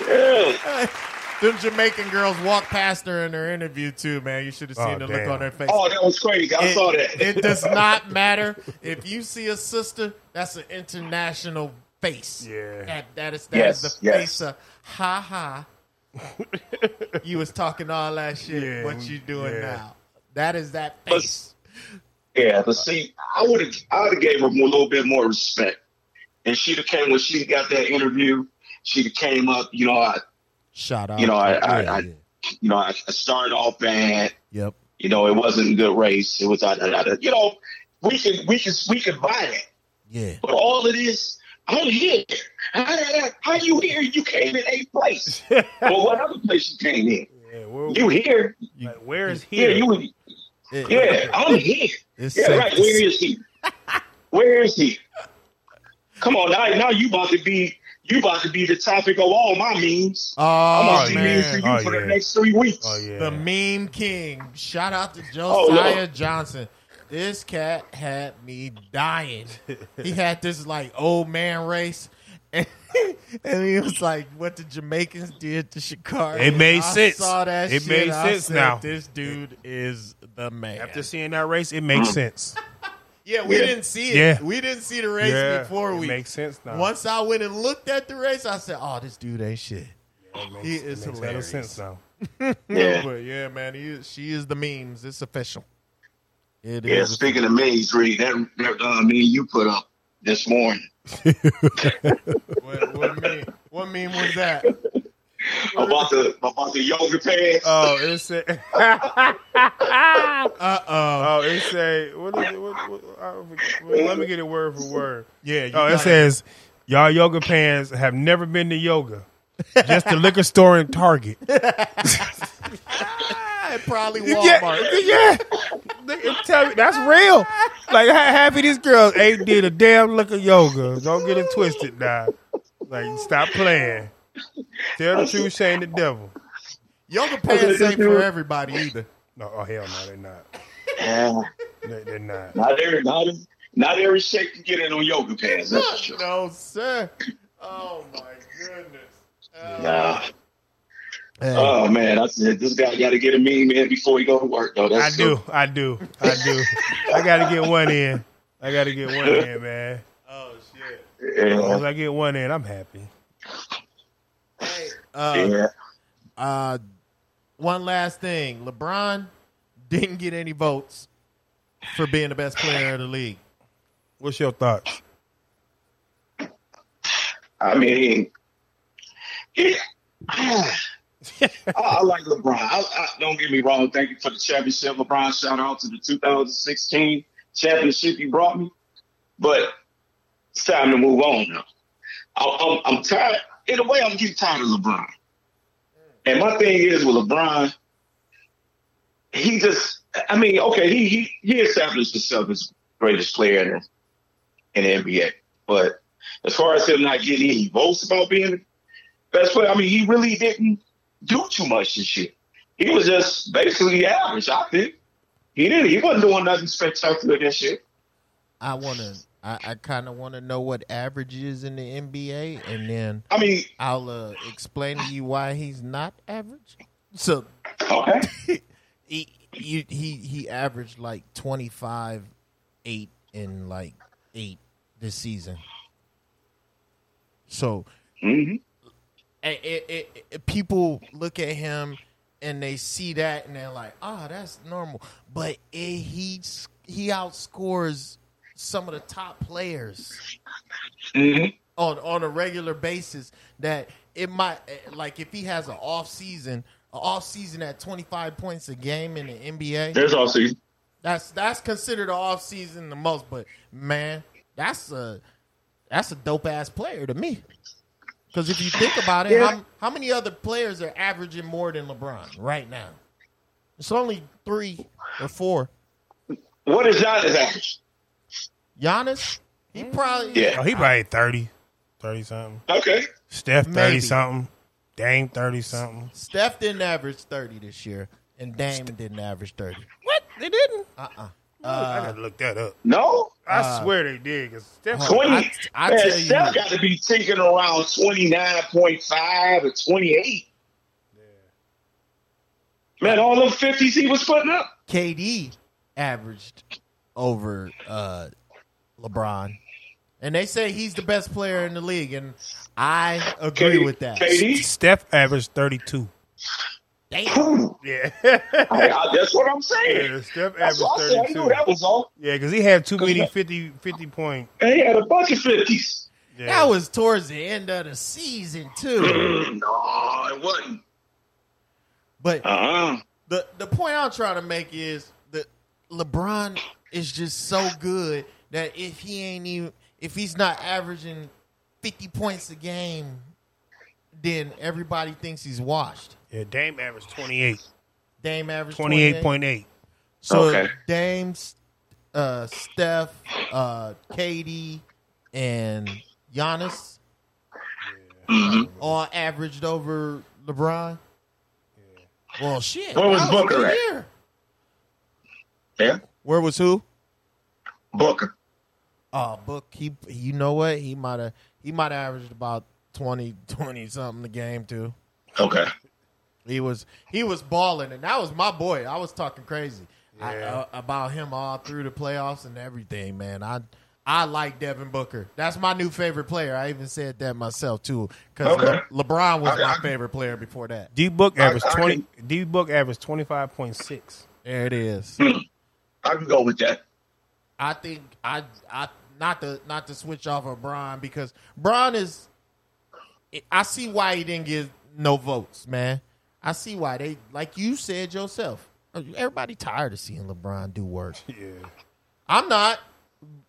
Yeah. hey, them Jamaican girls walk past her in her interview too, man. You should have seen Oh, the damn. look on her face. Oh, that was crazy. I it, saw that. It does not matter if you see a sister. That's an international face. Yeah. that that is that is Yes, the yes. face of ha ha. you was talking all that shit. Yeah, what you doing yeah. now? That is that But- face. Yeah, but see, I would have, I would have gave her a little bit more respect, and she'd have came when she got that interview. She'd have came up, you know, I, Shout out. you know, I, I, Yeah, I yeah. you know, I I started off bad. Yep. You know, it wasn't a good race. It was, I, I, I- you know, we can, we can, we can buy that. Yeah. But all of this, I'm here. How, how you here? You came in eighth place. well, what other place you came in? yeah, where, You here? like, where is Yeah, here? you. in- It- Yeah, I'm here. It's Yeah, safe right. to Where is he? Where is he? Come on, now, now you about to be you about to be the topic of all my memes. I'm Oh, gonna see memes to man. you Oh, for yeah. the next three weeks. oh yeah, The meme king. Shout out to Oh, Josiah Lord. Johnson. This cat had me dying. he had this like old man race. And, and he was like, what the Jamaicans did to Shakari. It made I sense. Saw that It shit. made I sense said, now. This dude is the man. After seeing that race, it Mm. makes sense. yeah, we Yeah. didn't see it. Yeah. We didn't see the race yeah, before it we. makes sense now. Once I went and looked at the race, I said, oh, this dude ain't shit. it makes, he it is makes hilarious. Sense now. Yeah. But yeah, man, he is, she is the memes. It's official. It Yeah, is. speaking of memes, Reed, that that uh, meme you put up this morning. What, what meme? What meme was that? About the about the yoga pants. Oh, it said. Uh oh. Oh, it say. What is it? What, what, I don't forget. Wait, let me get it word for word. Yeah. You Oh, it got says, y'all yoga pants have never been to yoga, just the liquor store and Target. Ah, it probably Yeah, Walmart. yeah. They- it Tell me, that's real. Like ha- half of these girls ain't did a damn lick of yoga. Don't get it twisted now. Like stop playing. Tell the truth, shame the devil. Yoga pants ain't for everybody either. No, oh hell no, they're not. Yeah. They, they're not. Not every not every- not every shape can get in on yoga pants. That's for sure. No sir. Oh my goodness. Uh, Nah. Hey. Oh man, I said this guy got to get a meme in before he go to work though. I That's do, I do, I do. I gotta get one in. I gotta get one in, man. Oh shit. As long as Yeah. I get one in, I'm happy. Hey. Uh, yeah. uh, one last thing. LeBron didn't get any votes for being the best player of the league. What's your thoughts? I mean, yeah, I, I like LeBron. I, I, don't get me wrong. Thank you for the championship, LeBron. Shout out to the 2016 championship you brought me. But it's time to move on now. I, I'm, I'm tired. In a way, I'm getting tired of LeBron. And my thing is with LeBron, he just, I mean, okay, he he, he established himself as greatest player in the, in the NBA. But as far as him not getting any votes about being the best player, I mean, he really didn't do too much this year. He was just basically average, I think. He didn't. He wasn't doing nothing spectacular this year. I want to. I, I kind of want to know what average is in the NBA, and then I mean, I'll uh, explain to you why he's not average. So okay, he you, he he averaged like twenty five, eight and like eight this season. So hmm it, it, it, it- people look at him and they see that and they're like, "Ah, that's normal." But it, he s- he outscores some of the top players. hmm on on a regular basis that it might eh, like if he has an off season, an off season at 25 points a game in the NBA. there's also That's that's considered an off season the most, but man, that's a that's a dope ass player to me. Cuz if you think about it, Yeah. how, how many other players are averaging more than LeBron right now? It's only 3 or 4. what is Giannis average? Giannis, he probably Yeah. Oh, he probably 30, 30 something. Okay, Steph Maybe. thirty something. Dame thirty something. Steph didn't average thirty this year, and Dame didn't average thirty. What they didn't? Oh, Uh-uh. I gotta look that up. No, I swear they did. Cause Steph, Huh. twenty. I- Oh, I man, tell you- Steph got to be taking around twenty nine point five or twenty eight. Man, all them fifties he was putting up. KD averaged over uh, LeBron, and they say he's the best player in the league, and I agree KD with that. KD, Steph averaged thirty two. Whew. Yeah. Hey, I- that's what I'm yeah, saying. Steph averaged That's what I said. I thirty knew two. that was all. Yeah, because he had too many that- 50, 50 point. And he had a bunch of fifties. Yeah. That was towards the end of the season too. No, it wasn't. But Uh-uh. the the point I'm trying to make is that LeBron is just so good that if he ain't even if he's not averaging 50 points a game, then everybody thinks he's washed. yeah, Dame averaged 28. Dame averaged 28 28.8. So Okay. Dame's uh, Steph, uh, Katie, and Giannis Mm-hmm. all averaged over LeBron. Well, shit. Where was that a Booker good at? year. Yeah, Where was who? Booker. Oh, book. He, you know what? He might have. He might have averaged about 20, 20 something a game too. Okay. He was he was balling, and that was my boy. I was talking crazy I- uh, about him all through the playoffs and everything, man. I I like Devin Booker. That's my new favorite player. I even said that myself too, because Okay. LeBron was Okay, my I- favorite player before that. D Book averaged I 20. D Book averaged 25.6. There it is. I can go with that. I think I I not to not to switch off of Bron because Bron is. I see why he didn't get no votes, man. I see why they like you said yourself. Everybody tired of seeing LeBron do work. Yeah. I'm not.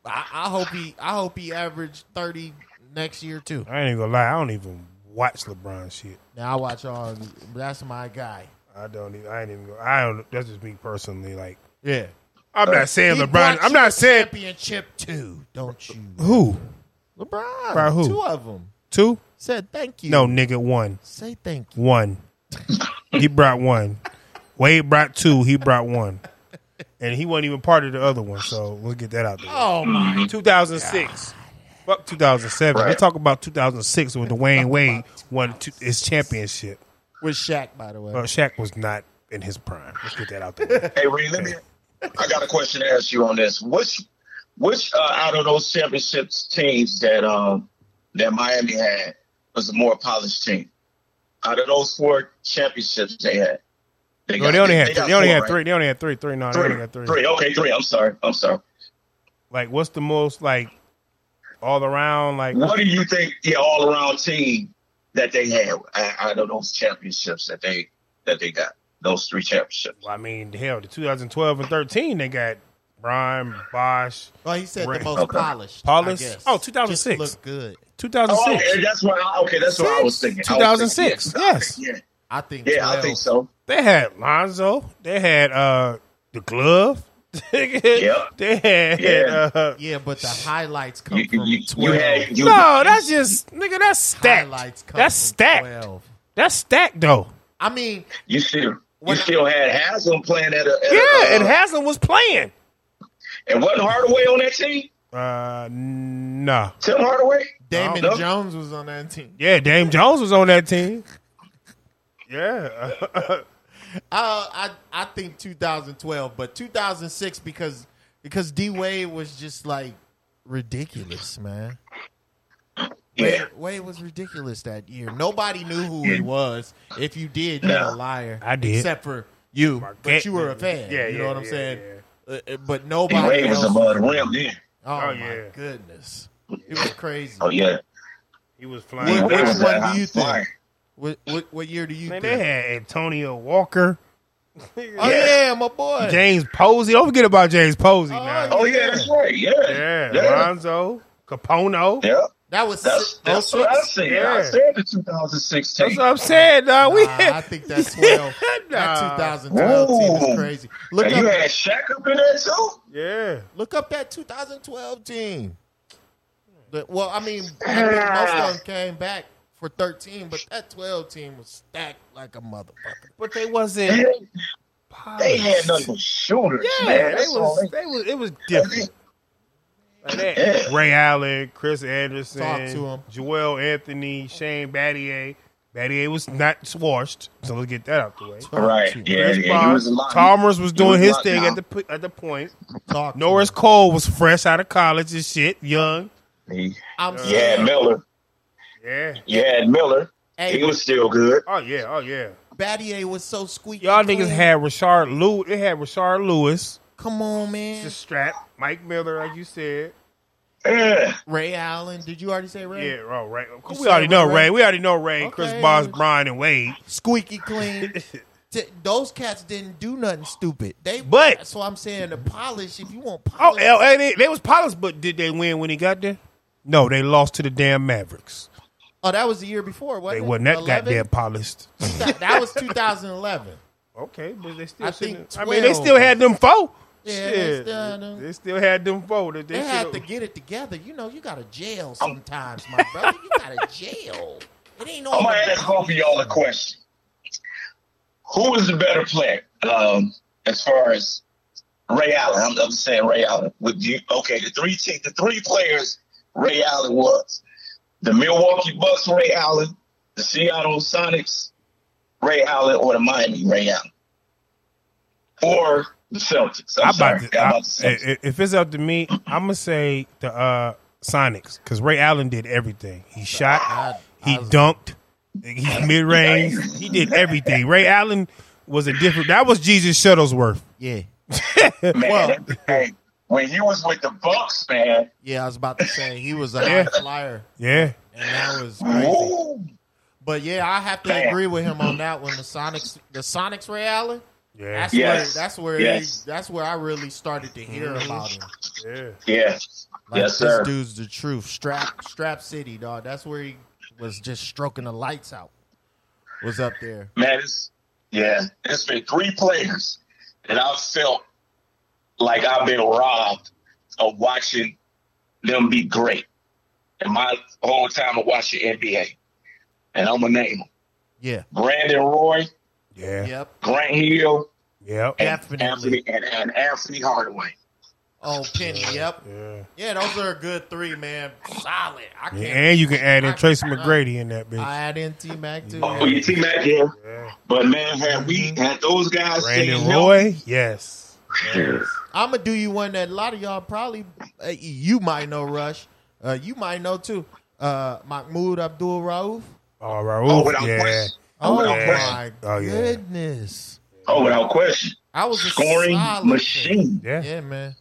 I, I hope he. I hope he averaged thirty next year too. I ain't even gonna lie. I don't even watch LeBron shit. Now I watch all. That's my guy. I don't even. I ain't even. Gonna, I don't. That's just me personally. Like, Yeah. Uh, I'm not saying He LeBron. brought I'm you not a saying championship too. Don't you? who LeBron. By who? Two of them two. said thank you. No, nigga, one, Say thank you. one. he brought one. Wade brought two. He brought one, and he wasn't even part of the other one. So we'll get that out there. Oh my. 2006. Fuck 2007. We Right. talk about 2006 when Dwayne Wade won two, his championship. With Shaq, by the way. Well, Shaq was not in his prime. Let's get that out there. Hey, Reed, let me. I got a question to ask you on this. Which, which uh, out of those championships teams that um that Miami had was the more polished team? Out of those four championships they had, they, No, they only had got they only four, had right? three. They only had three. Three. No, they only had Three, three. three. Okay, three. I'm sorry. I'm sorry. Like, what's the most like all around? Like, What do you think the all around team that they had out- out of those championships that they that they got? Those three championships. I mean, hell, the 2012 and 13, they got Brian Bosch. Oh, well, he said Right. the most Okay. polished. Polished? I guess. Oh, 2006. Just look good. Oh, 2006. okay, that's what. I, okay, that's what I was thinking. I was thinking, 2006, yes. Yeah. I think. Yeah, 12, I think so. They had Lonzo. They had uh the glove. Yep. They had. Yeah. Uh, Yeah, but the highlights come You, from you, you twelve. had you, no, that's just nigga. That's stacked. highlights come That's from stacked. twelve. That's stacked though. I mean, you still you When- still had Haslam playing at a at Yeah, a, and Haslam was playing. and wasn't Hardaway on that team? Uh, nah. Tim Hardaway. Damon know. Jones was on that team. Yeah, Dame Jones was on that team. Yeah, Uh, I I think 2012, but 2006 because because D Wade was just like ridiculous, man. Yeah, Wade, Wade was ridiculous that year. Nobody knew who he was. If you did, you're a No. liar. I did. except for you, but Marquette. you were a fan. Yeah, you know yeah, what I'm yeah, saying. yeah. Uh, uh, but D nobody Wade was else- above the rim then. Oh, Oh, my yeah. goodness, it was crazy. Oh yeah, he was D flying. Which Wade around. was that one do you high think? flying. What, what what year do you Man, think? they had Antonio Walker, oh yeah. Yeah. my boy. James Posey. Don't forget about James Posey. Oh, now. Oh yeah, that's right. Yeah, Yeah, yeah. Lonzo, Capono. Yeah. that was That's si- that's 06? what I said. I Yeah. said the 2016. That's what I'm saying, Oh, dog. We Nah, I think that's 12. That Nah. 2012 team Whoa. is crazy. Look and you up, had Shaq up in there too. Yeah. look up that 2012 team. The- well, I mean, I mean, most of them came back for 13, but that 12 team was stacked like a motherfucker. But they wasn't. They, they polished. had nothing but shooters, Yeah, man. they That's all was. They was. It was different. Like that. Yeah. Ray Allen, Chris Anderson, Talk to 'em. Joel Anthony, Shane Battier. Battier was not swashed, so let's get that out the way. Right. Yeah, Chris yeah. He Bosh, was a lot. Chalmers was he doing was his locked thing down. at the p- at the point. Talk to Norris Cole was fresh out of college and shit, young. He, I'm Uh, you had Miller. Yeah. You had Miller. Hey, He was still good. Oh yeah. Oh yeah. Battier was so squeaky. Y'all niggas clean. had Rashard Lewis. They had Rashard Lewis, Come on, man. the strap, Mike Miller, like you said. Yeah. Ray Allen. Did you already say Ray? Yeah, oh, Ray. You We already said know Ray. Ray. We already know Ray, Chris Okay. Bosh, Brian, and Wade. Squeaky clean. T- those cats didn't do nothing stupid. They But- that's what I'm saying. The polish. If you want Oh, polish, LA, they, they was polished, but did they win when he got there? No, they lost to the damn Mavericks. oh, that was the year before. Wasn't They it? wasn't that 11? goddamn polished. That, that was 2011. Okay, but they still. I sitting- think I mean, they 12. still had them four. Yeah, they Shit. still- They still had them four. That they, They had should- to get it together. You know, you got to jail Oh. sometimes, my brother. You got to jail. It ain't I'm all. gonna ask both of y'all a question. Who is the better player? Um, as far as Ray Allen, I'm, I'm saying Ray Allen. Would you okay? The three te- the three players Ray Allen was the Milwaukee Bucks Ray Allen, the Seattle Sonics Ray Allen, or the Miami Ray Allen, or the Celtics. I'm I sorry, about to, I'm I- about to say i- i- if it's up to me, I'm gonna say the uh, Sonics because Ray Allen did everything. He shot, he dunked, he mid range, he did everything. Ray Allen was a different. That was Jesus Shuttlesworth. Yeah, man. well- that- hey, when he was with the Bucks, man, yeah. I was about to say he was a Yeah. high flyer, Yeah, and that was crazy. woo, But yeah, I have to Man. agree with him on that one. The Sonics, the Sonics, Ray Allen. yeah, That's Yes. where that's where Yes. they, that's where I really started to hear Mm-hmm. about him. yeah. yeah, Like, this yes, sir. dude's the truth. Strap Strap City, dog. That's where he was just stroking the lights out. Was up there. Man, it's, yeah, it's been three players that I've felt like I've been robbed of watching them be great in my whole time of watching NBA. And I'm going to name them Yeah. Brandon Roy, Yeah. Yep. Yep. Grant Hill, and Definitely. Anthony, and, and Anthony Hardaway. Oh, Penny. Yep. Yeah. Yeah, those are a good three, man. Solid. I can't. And you can add in Tracy McGrady in that I bitch. add in T Mac too. Oh, you see that here? Yeah. Mm-hmm. But man, had we had those guys Brandon stayed Roy, yes. healthy- I'm gonna do you one that a lot of y'all probably uh, you might know. Rush. Uh, you might know too. Uh, Mahmoud Abdul Rauf. Oh, Raul, Oh, without yeah. question. Oh, Oh, without question. my Oh, yeah. goodness! Oh, without question. I was a Scoring solid machine. yeah, fan. Yeah, man.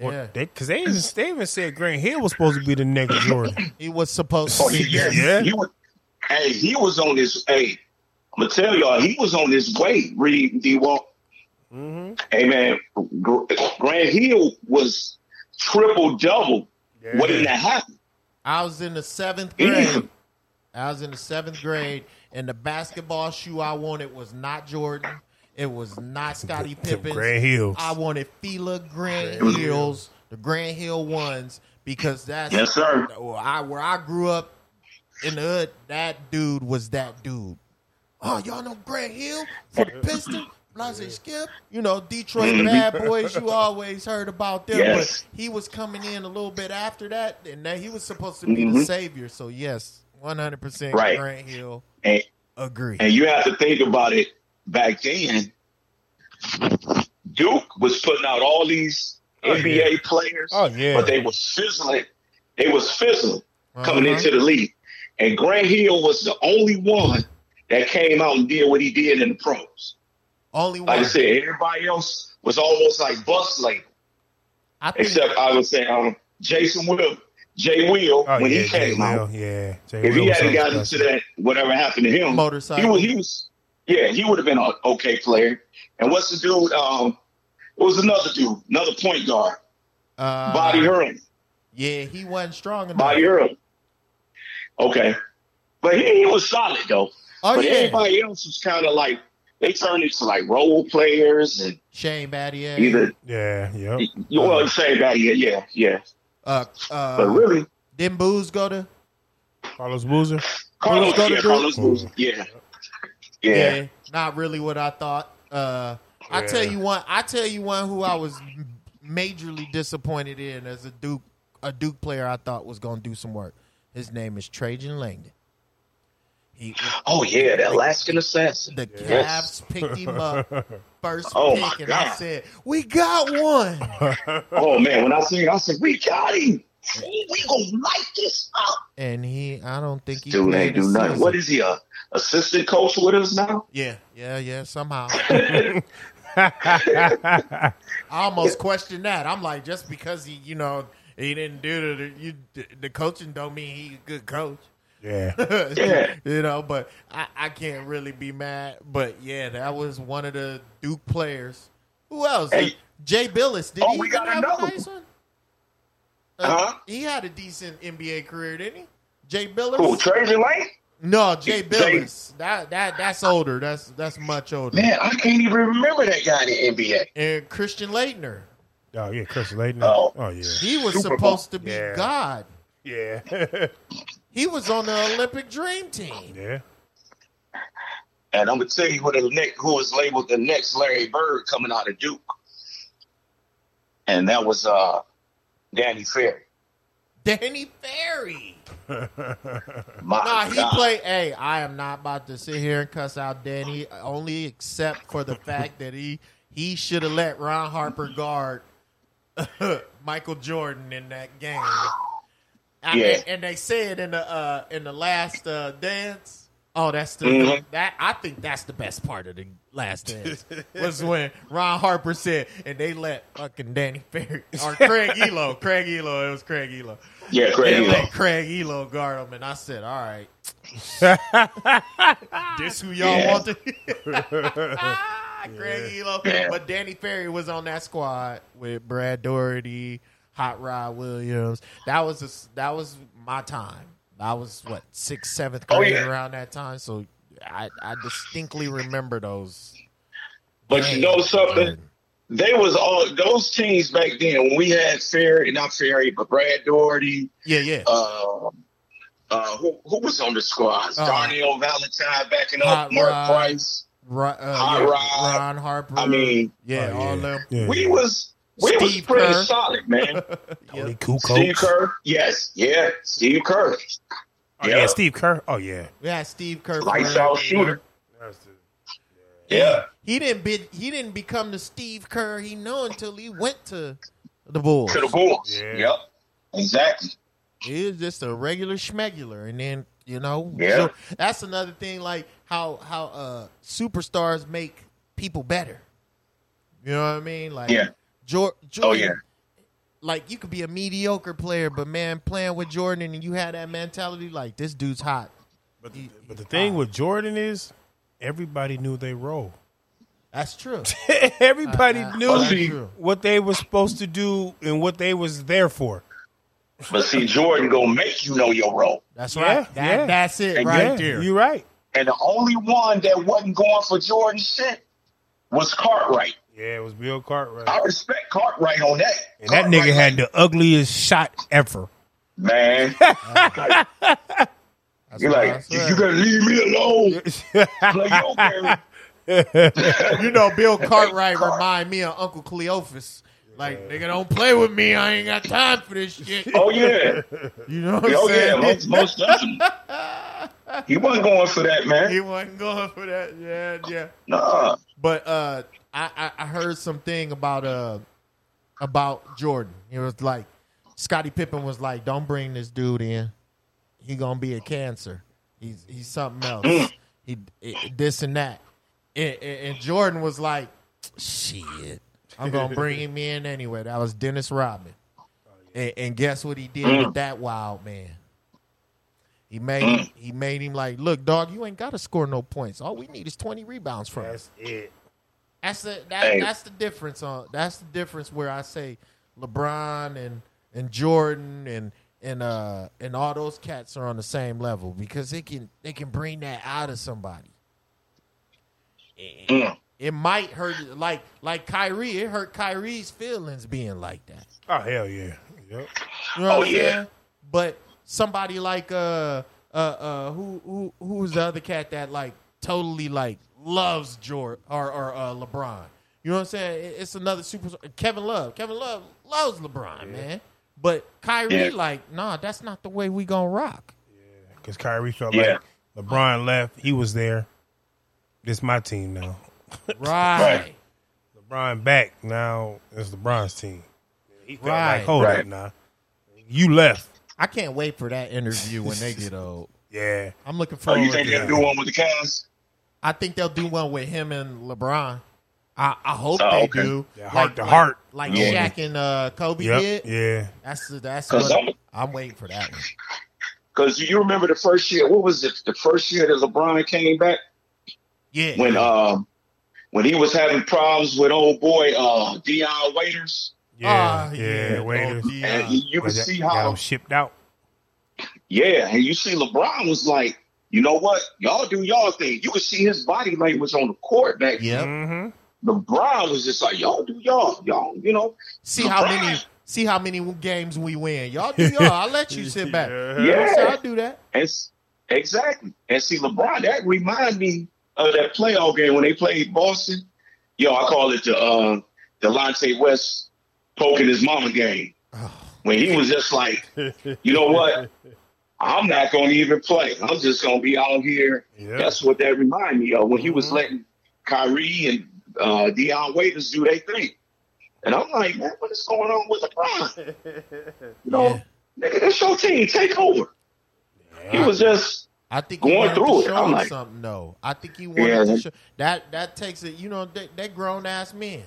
Well, Yeah, they because they even, they even said Grant Hill was supposed to be the next Jordan. he was supposed Oh, to he, be. yeah, Yeah. He was, hey, he was on his. Hey, I'm gonna tell y'all, he was on his way. Read D Walk. Mm-hmm. Hey man, Gr- Grant Hill was triple double. What did that happen? I was in the seventh Yeah. grade. I was in the seventh grade, and the basketball shoe I wanted was not Jordan. It was not Scottie Pippen. Grant Hills. I wanted Fila Grand Grand Hills, the Grand Hill ones, because that's Yes, sir. Well, I where I grew up in the hood. That dude was that dude. Oh, y'all know Grant Hill for the Pistons. Blase Skip, you know Detroit Bad Boys. You always heard about them, Mm-hmm. Yes. but he was coming in a little bit after that, and that he was supposed to be the Mhm. savior. So yes, one hundred percent Right. Grant Hill. And, Agree. and you have to think about it. Back then, Duke was putting out all these Oh, NBA players, Oh, yeah. but they was fizzling. They was fizzling. coming Uh-huh. into the league. And Grant Hill was the only one that came out and did what he did in the pros. only one. Like I said, everybody else was almost like bus label, I think except I would say um, Jason Will, Jay Will, oh, when yeah, he came Jay out. Will, yeah. Jay If Will he was hadn't something gotten to special. that, whatever happened to him, Motorcycle. he was, he was yeah, he would have been an okay player. And what's the dude? Um, it was another dude, another point guard, Uh-huh. uh, Bobby Hurley. Yeah, he wasn't strong enough. Bobby Hurley. Okay, but he, he was solid though. Oh but yeah, everybody else was kind of like they turned into like role players and Shane Battier. either Yeah, yeah. you well say that yeah yeah yeah. Uh, But uh, really, didn't Booz go to Carlos Boozer. Carlos, go to yeah, Drew? Carlos Mm-hmm. Boozer. Yeah. Yeah. yeah, not really what I thought. Uh, I tell you one. I tell you one who I was majorly disappointed in as a Duke a Duke player. I thought was going to do some work. His name is Trajan Langdon. He Oh yeah, the Alaskan assassin. the Yes. Cavs picked him up first Oh, my pick, and I God. said, "We got one." Oh man, when I seen, it, I said, "We got him. Ooh, We gonna light this up." And he, I don't think he Dude played ain't do a nothing. season. What is he a assistant coach with us now? Yeah, yeah, yeah. Somehow, I almost questioned that. I'm like, just because he, you know, he didn't do the the, you, the coaching, don't mean he a good coach. Yeah. Yeah. you know, but I, I can't really be mad. But yeah, that was one of the Duke players. Who else? Hey. Jay Billis. Did Oh, he we even got have a another nice one. one? Uh, Huh? He had a decent NBA career, didn't he? Jay Billis. Who Trajan Lane? No, Jay Jay- Billis. That that that's older. That's that's much older. Man, I can't even remember that guy in the NBA. And Christian Leitner. Oh yeah, Chris Layton. Oh. Oh yeah. He was Super Bowl. supposed to be Yeah. God. Yeah. He was on the Olympic Dream Team. yeah. Oh, And I'm gonna tell you what the next, who is labeled the next Larry Bird coming out of Duke, and that was uh, Danny Ferry. Danny Ferry. My Nah, he God. played. Hey, I am not about to sit here and cuss out Danny, only except for the fact that he he should have let Ron Harper guard Michael Jordan in that game. I mean, Yeah. and they said in the uh, in the last uh, dance. Oh, that's the Mhm. that I think that's the best part of the last dance was when Ron Harper said, and they let fucking Danny Ferry or Craig Elo, Craig Elo, it was Craig Elo. Yeah, They Craig. Elo. let Craig Elo guard him, and I said, "All right, this who y'all Yeah. want to." Craig Elo, Yeah. but Danny Ferry was on that squad with Brad Doherty, Hot Rod Williams. That was a, that was my time. I was what sixth, seventh Oh, grade yeah. around that time, so I, I distinctly remember those. But you know games. something? They was all those teams back then. When we had Ferry, not Ferry, but Brad Doherty. Yeah, yeah. Uh, uh, who, who was on the squad? Uh, Darnell Valentine backing Hot up, Mark Rod. Price. Ro- uh, Hot yeah, Rod. Ron Harper. I mean, yeah, Oh, all yeah. them. Yeah. We was we was Steve pretty Kerr. solid, man. Tony Kukoc. Steve Kerr, yes, yeah, Steve Kerr, Oh, yeah, Steve Kerr. Oh yeah. We had Steve Kerr. lights Ferrell. out shooter. Yeah, He didn't be, he didn't become the Steve Kerr he knew until he went to the Bulls. to the Bulls. Yeah. Yep, exactly. He was just a regular schmegular, and then you know, Yeah. so that's another thing. Like how how uh, superstars make people better. You know what I mean? Like Yeah. Jor- Oh Jordan. yeah, Like you could be a mediocre player, but man, playing with Jordan and you had that mentality, like this dude's hot. But the, but the thing with Jordan is everybody knew they role. That's true. everybody knew Oh, That's see. true. what they were supposed to do and what they was there for. but see, Jordan gonna make you know your role. That's Yeah, right. That, yeah. That's it And right yeah, there. You're right. And the only one that wasn't going for Jordan shit was Cartwright. Yeah, it was Bill Cartwright. I respect Cartwright on that. And that nigga had the ugliest shot ever. man. That's You're what I like, you said. you gotta leave me alone. Play your game. You know, Bill Cartwright remind me of Uncle Cleophas. Like, nigga, don't play with me. I ain't got time for this shit. Oh yeah, You know what I'm oh yeah, saying? most, most definitely. He wasn't going for that, He man. wasn't going for that. Yeah, yeah. Nah, But uh, I, I, I heard something about uh about Jordan. It was like Scottie Pippen was like, "Don't bring this dude in. He gonna be a cancer. He's he's something Mm. else. he it, this and that." And, and- and Jordan was like, "Shit, I'm gonna bring him in anyway." That was Dennis Rodman. And, and guess what he did with that wild man? He made he made him like, look, dog, you ain't gotta score no points. All we need is twenty rebounds from you. That's it. That's the that, Hey. that's the difference on that's the difference where I say LeBron and and Jordan and and uh and all those cats are on the same level because they can they can bring that out of somebody. Mm. It might hurt like like Kyrie. It hurt Kyrie's feelings being like that. Oh hell yeah. Yep. You know Oh, what I'm yeah. saying? But somebody like uh uh, uh, who who who was the other cat that like totally like loves Jordan or or uh, LeBron? You know what I'm saying? It- It's another super Kevin Love. Kevin Love loves LeBron, man. But Kyrie, Yeah. like, nah, that's not the way we gonna rock. because Kyrie felt Yeah. like LeBron left. He was there. This my team now. Right, LeBron back now. It's LeBron's team. He felt Right. like hold Right. up now. You left. I can't wait for that interview when they get old. Yeah. I'm looking Oh, forward. you think to they'll that. do one with the Cavs? I think they'll do one with him and LeBron. I, I hope Oh, they okay. do. Yeah, heart to heart. like Yeah. Shaq and uh, Kobe Yep. did. Yeah. That's that's 'Cause what I'm, I'm- waiting for that one. Because you remember the first year, what was it? The first year that LeBron came back Yeah, when um when he was having problems with old boy uh Dion Waiters. Yeah. Ah, yeah. yeah. Waiters. Oh, yeah. And you can Got- see got how him shipped out. Yeah, and you see LeBron was like, you know what? Y'all do y'all thing. You could see his body language on the court back. Yep. Mm-hmm. LeBron was just like, y'all do y'all, y'all, you know. See how LeBron. many see how many games we win. Y'all do y'all. I'll let you sit back. Yeah. You know what I'm saying? Yeah. I'll do that. It's exactly. And see LeBron, that remind me of that playoff game when they played Boston. Yo, I call it the uh Delonte West poking his mama game. When he was just like, you know what? I'm not gonna even play. I'm just gonna be out here Yeah. That's what that reminded me of when he was letting Kyrie and uh, Deion Waiters do their thing. And I'm like, man, what is going on with LeBron? You know, nigga, that's your team. Take over. He was just, I think Going he wanted through to it, show I'm him like- something though. I think he wanted Yeah. to show that that takes it. You know, they, they grown ass men.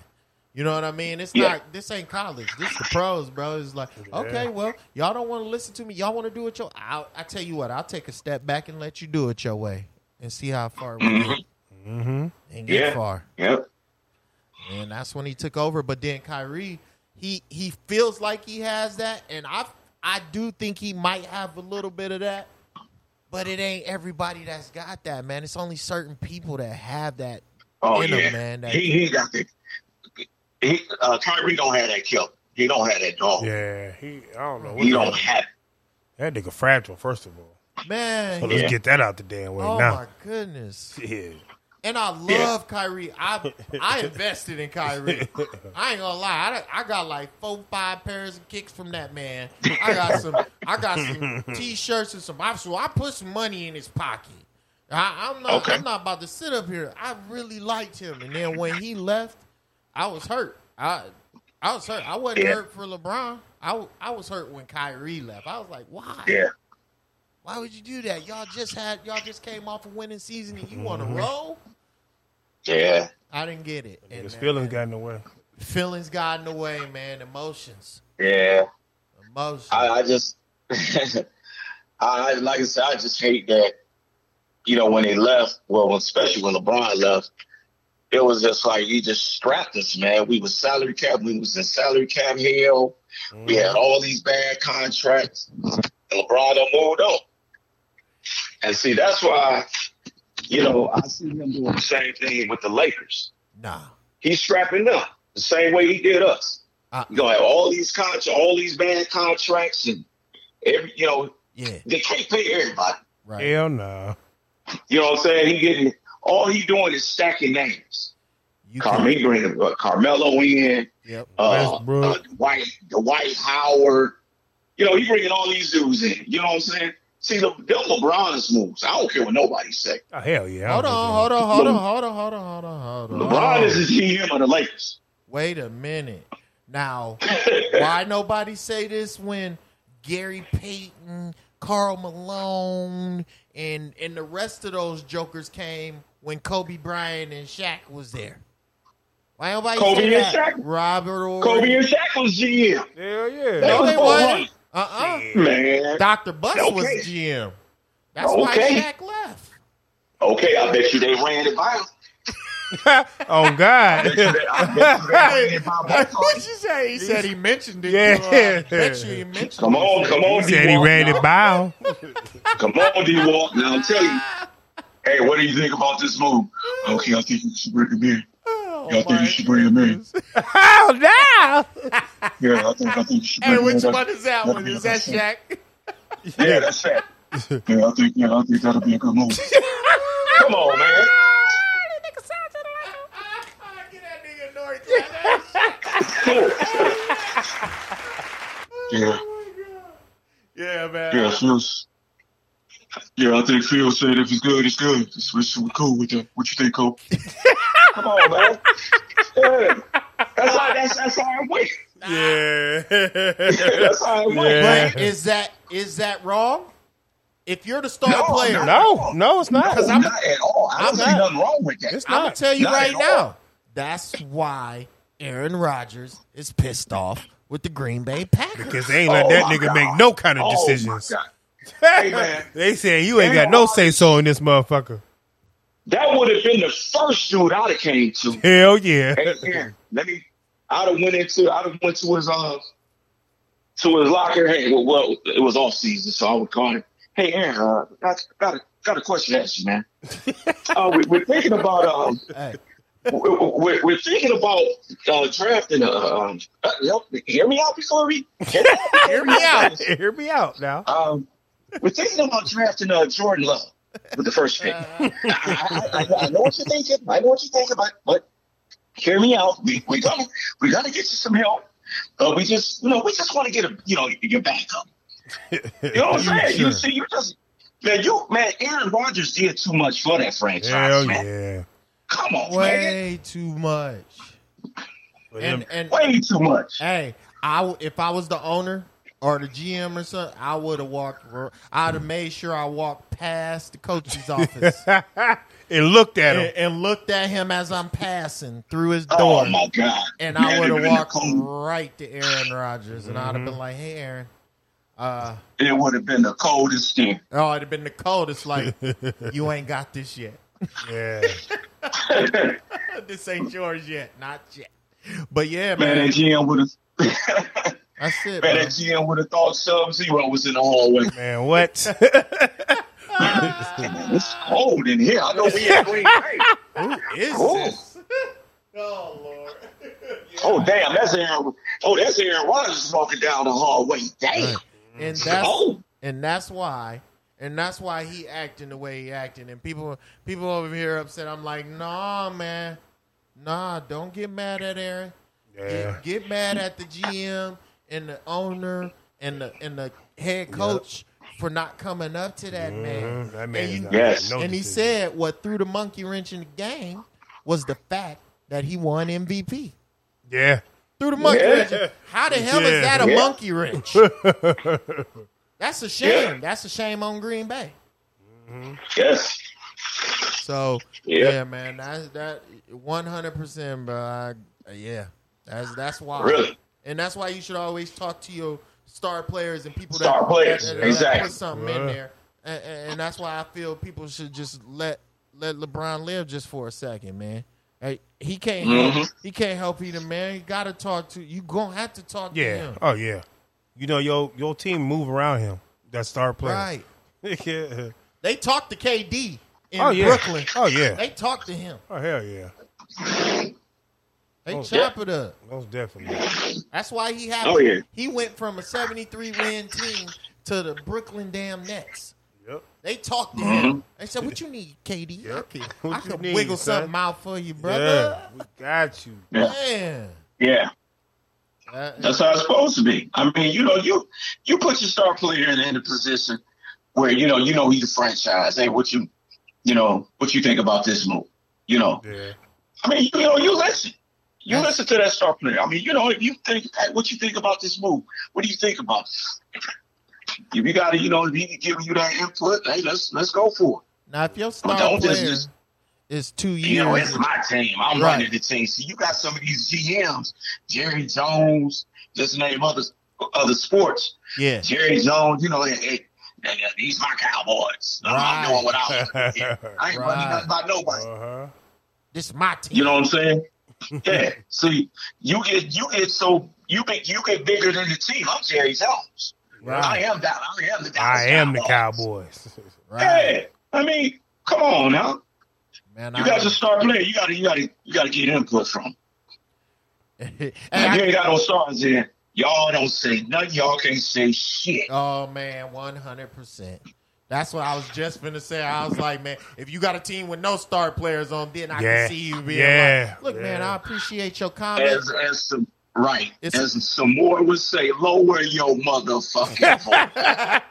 You know what I mean? It's Yeah. not this ain't college. This the pros, bro. It's like okay, well, y'all don't want to listen to me. Y'all want to do it your. I, I tell you what, I'll take a step back and let you do it your way and see how far we get. Mm-hmm. And get Mm-hmm. Yeah. far. yeah, And that's when he took over. But then Kyrie, he he feels like he has that, and I I do think he might have a little bit of that. But it ain't everybody that's got that, man. It's only certain people that have that. oh In him, yeah, man, that- he he got the. He, uh, Kyrie don't have that kill. He don't have that dog. Yeah. He. I don't know. What He the- don't have. That nigga fragile. First of all, Man, so he- Yeah. let's get that out the damn way oh my now. goodness. Yeah. And I love Yeah. Kyrie. I I invested in Kyrie. I ain't gonna lie. I, done- I got like four, five pairs of kicks from that man. I got some. I got some t-shirts and some. I- So I put some money in his pocket. I, I'm not. Okay. I'm not about to sit up here. I really liked him, and then when he left, I was hurt. I I was hurt. I wasn't Yeah. hurt for LeBron. I w- I was hurt when Kyrie left. I was like, why? Yeah, Why would you do that? Y'all just had. Y'all just came off a winning season, and you want to Mm-hmm. roll. yeah. I didn't get it. And, His uh, feelings got in the way. feelings got in the way, man. Emotions. Yeah, Emotions. I, I just, I- I like I said, I just hate that. You know, when they left, well, when- especially when LeBron left, it was just like he just strapped us, man. We was salary cap, we was in salary cap hell. Mm. We had all these bad contracts. And LeBron done moved on. And see, that's why, you know, I see him doing the same thing with the Lakers nah. he's strapping up the same way he did us. Uh, you gonna have all these contracts, all these bad contracts, and every you know Yeah. they can't pay everybody. Right. Hell no. You know what I'm saying? He getting all he doing is stacking names. You Carmelo can- bringing uh, Carmelo in, Yep. uh, uh, Mm. Westbrook. Dwight, Dwight Howard. You know he bringing all these dudes in. You know what I'm saying? See, the, them LeBron's moves. I don't care what nobody say. Oh, hell yeah. I Hold don't on. know. Hold on. Hold on. Hold on. Hold on. Hold on. Hold on. LeBron is the GM of the Lakers. Wait a minute. Now, why nobody say this when Gary Payton, Carl Malone, and and the rest of those jokers came when Kobe Bryant and Shaq was there? Why nobody Kobe say and that? Shaq. Robert Ory. Kobe and Shaq was GM. Hell yeah. That No, was they wasn't. Bohan. Uh-uh. Man, Dr. Bus was Okay. GM. That's Okay. why Shaq left. Okay, I bet you they ran it by. Oh God. I bet you they ran it by. what you say? Oh, He said he mentioned it. Yeah. Yeah. I bet you he mentioned Come on, come on, He said he D-Walk ran now. it by. him. Come on, D Walk. Now I'm telling you. Hey, what do you think about this move? Okay, I think you should bring him in. Oh, Yeah, I think my you should bring him in. goodness. Oh no. Yeah, I think I think you should Hey, bring him in. which That's- one is that one? Is that Shaq? Yeah, that's that. Yeah, I think yeah, I think that'll be a good move. Come on, man. Yeah, Yeah, man. yeah, Phil's. Yeah, I think Phil said if it's good, it's good. It's, it's cool with that. What you think, Cole? Come on, man. Yeah. That's how that's that's how I win. Yeah. That's how I win. Yeah. But is that is that wrong? If you're the star No, player, no. no, no, it's not. I'm not at all. I don't I'm see not. nothing wrong with that. It's I'm gonna not. tell you Not right at now. all. That's why Aaron Rodgers is pissed off with the Green Bay Packers. Because they ain't let that Oh, my nigga God. make no kind of Oh, my decisions. God. Hey, man. they saying you ain't got no say so in this motherfucker. That would have been the first dude I'd have came to. Hell yeah. And again, let me. I'd have went into. I'd have went to his uh to his locker. Hey, well, well it was off season, so I would call him. Hey, Aaron, uh, I got a got a question to ask you, man. uh, we, we're thinking about um. Hey. We're, we're, we're thinking about uh, drafting a. Um, uh, help me- hear me out before we. Hear me out. Hear me out. Hear me out now. Um, we're thinking about drafting uh, Jordan Love with the first pick. I, I, I, I know what you're thinking. I know what you're thinking, but but hear me out. We we gotta we gotta get you some help. Uh, we just you know we just want to get a you know your backup. You know what I'm saying? You see, you just man, you man, Aaron Rodgers did too much for that franchise, Hell man. yeah. Come on, man, Way too much. And and way too much. hey, I w- if I was the owner or the GM or something, I would have walked. r- I'd have made sure I walked past the coach's office and looked at and, him. and looked at him as I'm passing through his door, Oh my god! Mm-hmm. and Man, I would it have been walked the cold- right to Aaron Rodgers, and I'd have been like, "Hey, Aaron." Uh, It would have been the coldest thing. Oh, it'd have been the coldest. Like you ain't got this yet. Yeah. this ain't yours yet. Not yet. But yeah, Man, man, that GM would have. that's it. Man, bro. that GM would have thought sub zero was in the hallway. Man, what? Man, it's cold in here. I know we in Green Bay. Who is Ooh. this? oh Lord. Oh damn, that's Aaron. Oh, that's Aaron Rodgers walking down the hallway. Damn. And that's Oh. and that's why. And that's why he acting the way he acting. And people people over here upset. I'm like, nah, man. Nah, don't get mad at Aaron. Yeah. Get, get mad at the GM and the owner and the and the head coach for not coming up to that man. Mm-hmm. That man And is you- not Yes. making no and he decisions. said what threw the monkey wrench in the game was the fact that he won MVP. Yeah. Through the monkey Yeah. wrench. How the hell is Yeah. that a Yeah. monkey wrench? That's a shame. Yeah. That's a shame on Green Bay. Yes. So yeah, Yeah. man, that's that one hundred percent, bro. I, yeah, that's that's why. Really? And that's why you should always talk to your star players and people Star that, players, that- that exactly. put something in Yeah. there. And, and, and that's why I feel people should just let let LeBron live just for a second, man. Hey, he can't Mm-hmm. help, he can't help either, man. You got to talk to you. Gonna have to talk to Yeah. him, Oh yeah. You know your your team move around him. That star player. right? yeah. They talked to KD in Oh yeah. Brooklyn. Oh yeah. They talked to him. Oh hell yeah. They Oh. chop it up. Most definitely. That's why he had. Oh, yeah. He went from a 73 win team to the Brooklyn damn Nets. Yep. They talked to Mm-hmm. him. They said, "What you need, KD? Yep. I can, What I you can need, wiggle son?" something out for you, brother." Yeah. We got you. Yeah. Man, Yeah. That- That's how it's supposed to be. I mean, you know, you you put your star player in, in a position where, you know, you know he's a franchise. Hey, what you you know, what you think about this move? You know. Yeah. I mean, you know, you listen. You Yeah. listen to that star player. I mean, you know, if you think hey, what you think about this move, what do you think about? it? If you got to, you know, if he can give you that input, hey, let's let's go for now, if your But star don't just- player is two it. You know, years, it's my team. I'm Right. running the team. So you got some of these GMs, Jerry Jones, just name other other sports. yeah, Jerry Jones, you know, hey, hey, hey, these my Cowboys. I'm Right. doing what I want. Yeah. I Right. ain't running nothing by nobody. Uh-huh. this is my team. You know what I'm saying? Yeah. See, you get you get so you get you get bigger than the team. I'm Jerry Jones. I right, am that. I am the. Dallas I am the Cowboys. Cowboys. right, Yeah. I mean, come on now. man. You I- guys are star player. You gotta you gotta you gotta get input from. Hey, If you I- ain't got no stars in. Y'all don't say nothing. Y'all can't say shit. oh man, one Oh, hundred percent. That's what I was just gonna say. I was like, man, if you got a team with no star players on, then I Yeah. can see you being Yeah. like, look, man, Yeah. I appreciate your comments. As as some right, It's- as some more would say, lower your motherfucking voice. Yeah,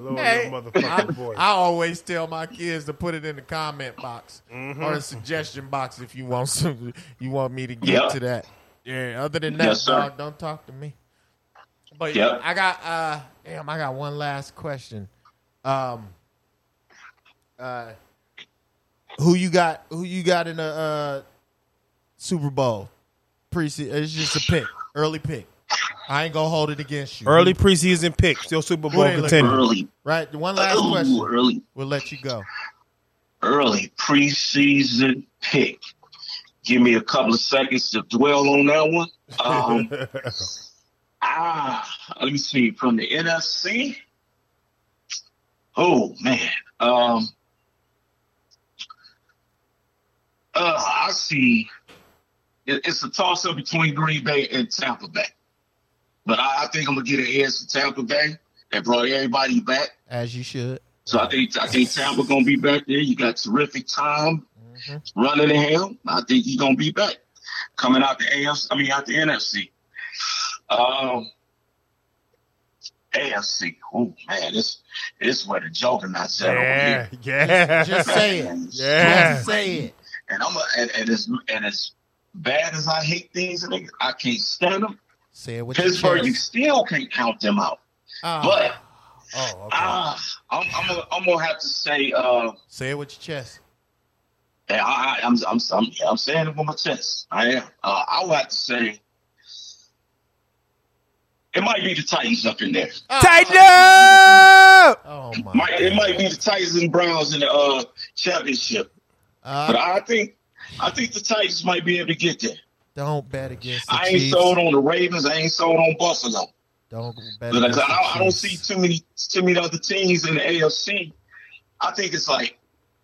lower Hey. your motherfucking voice. I always tell my kids to put it in the comment box Mm-hmm. or the suggestion box if you want some, you want me to get Yep. to that. Yeah. Other than that, Yes, sir. dog, don't talk to me. But yeah, Yep. I got uh damn, I got one last question. Um uh who you got who you got in the uh Super Bowl? Pre it's just a pick. Early pick. I ain't gonna hold it against you. Early preseason pick, still Super Bowl Wait, look, contender. early, right? One last ooh, question. early, We'll let you go. early preseason pick. Give me a couple of seconds to dwell on that one. Um, ah, let me see from the NFC. Oh man, um, uh, I see. It, it's a toss up between Green Bay and Tampa Bay, but I, I think I'm gonna get an edge to Tampa Bay. They brought everybody back. As you should. So I think I think Tampa gonna be back there. You got terrific time Mm-hmm. running the hell. I think he's gonna be back coming out the AFC. I mean out the NFC. Um, AFC. Oh man, this this where the juggernauts at over Yeah, here. yeah. Just say it. Yeah. Just say it. And I'm a, and, and as and as bad as I hate these niggas, I can't stand them. Say it with Pittsburgh, your you chest. still can't count them out. Ah, But oh, okay. uh, I'm, I'm, gonna, I'm gonna have to say. Uh, say it with your chest. Yeah, I, I, I'm, I'm, I'm, yeah, I'm saying it with my chest. I am. Uh, I would have to say it might be the Titans up in there. Tighten up! Oh my. Might, it might be the Titans and Browns in the uh, championship. But Uh, I think, I think the Titans might be able to get there. don't bet against the I ain't Chiefs. sold on the Ravens. I ain't sold on Buffalo. Don't bet But I, against the I, I don't Chiefs. see too many, too many other teams in the AFC. I think it's like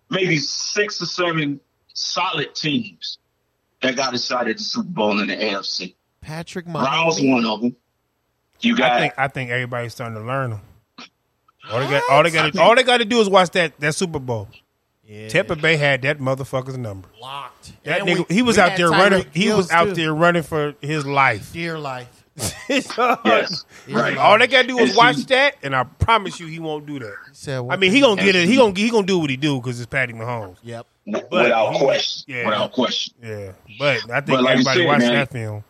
maybe six or seven solid teams that got a shot at the Super Bowl in the AFC. Patrick Browns Mahomes. one of them. You I got think I think everybody's starting to learn them. All they got, all they got, to, all they got to do is watch that that Super Bowl. Yeah. Tampa Bay had that motherfucker's number. locked. That And nigga, we- he was we out had there Tyreek running. He Hill, was out too. there running for his life. Dear life. yes, right. All they gotta do is And watch see- that, and I promise you, he won't do that. He said, I mean, he gonna get it. He gonna he gonna do what he do because it's Patty Mahomes. Yep. without he- question, yeah. without question. Yeah, but I think But like you everybody said, watched man, that film.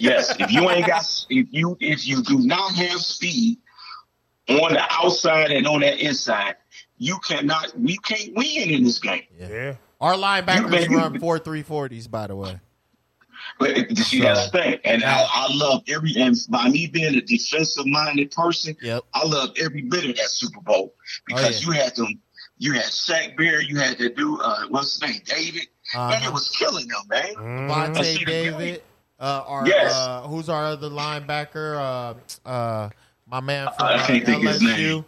Yes, if you ain't got, if you if you do not have speed on the outside and on that inside, you cannot, you can't win in this game. Yeah, Our You linebackers bet you- run four three forties. By the way. But it- see, that's the thing, and I, I love every and by me being a defensive minded person, Yep. I love every bit of that Super Bowl Oh, because yeah. you had them, you had Shaq Bear, you had that dude, uh, what's his name, David, Uh-huh. and it Uh, was killing them, Mm-hmm. man. I see Vontae the David. Uh, our, Yes. uh, who's our other linebacker? Uh, uh, my man from I uh, can't think of his LSU. name.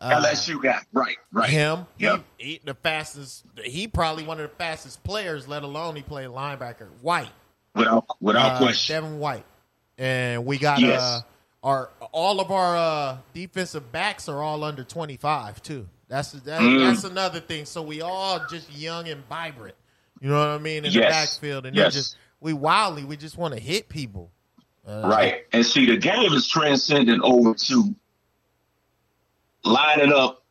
Uh, LSU guy, right, right. Him. Yep. He, he the fastest. He probably one of the fastest players. Let alone he played linebacker. White. Without without uh, question. Devin White. And we got Yes. uh, our all of our uh, defensive backs are all under twenty five too. That's that, Mm. that's another thing. So we all just young and vibrant. You know what I mean in the Yes. backfield, and Yes. they just we wildly we just want to hit people. Uh, right. And see the game is transcending over to lining up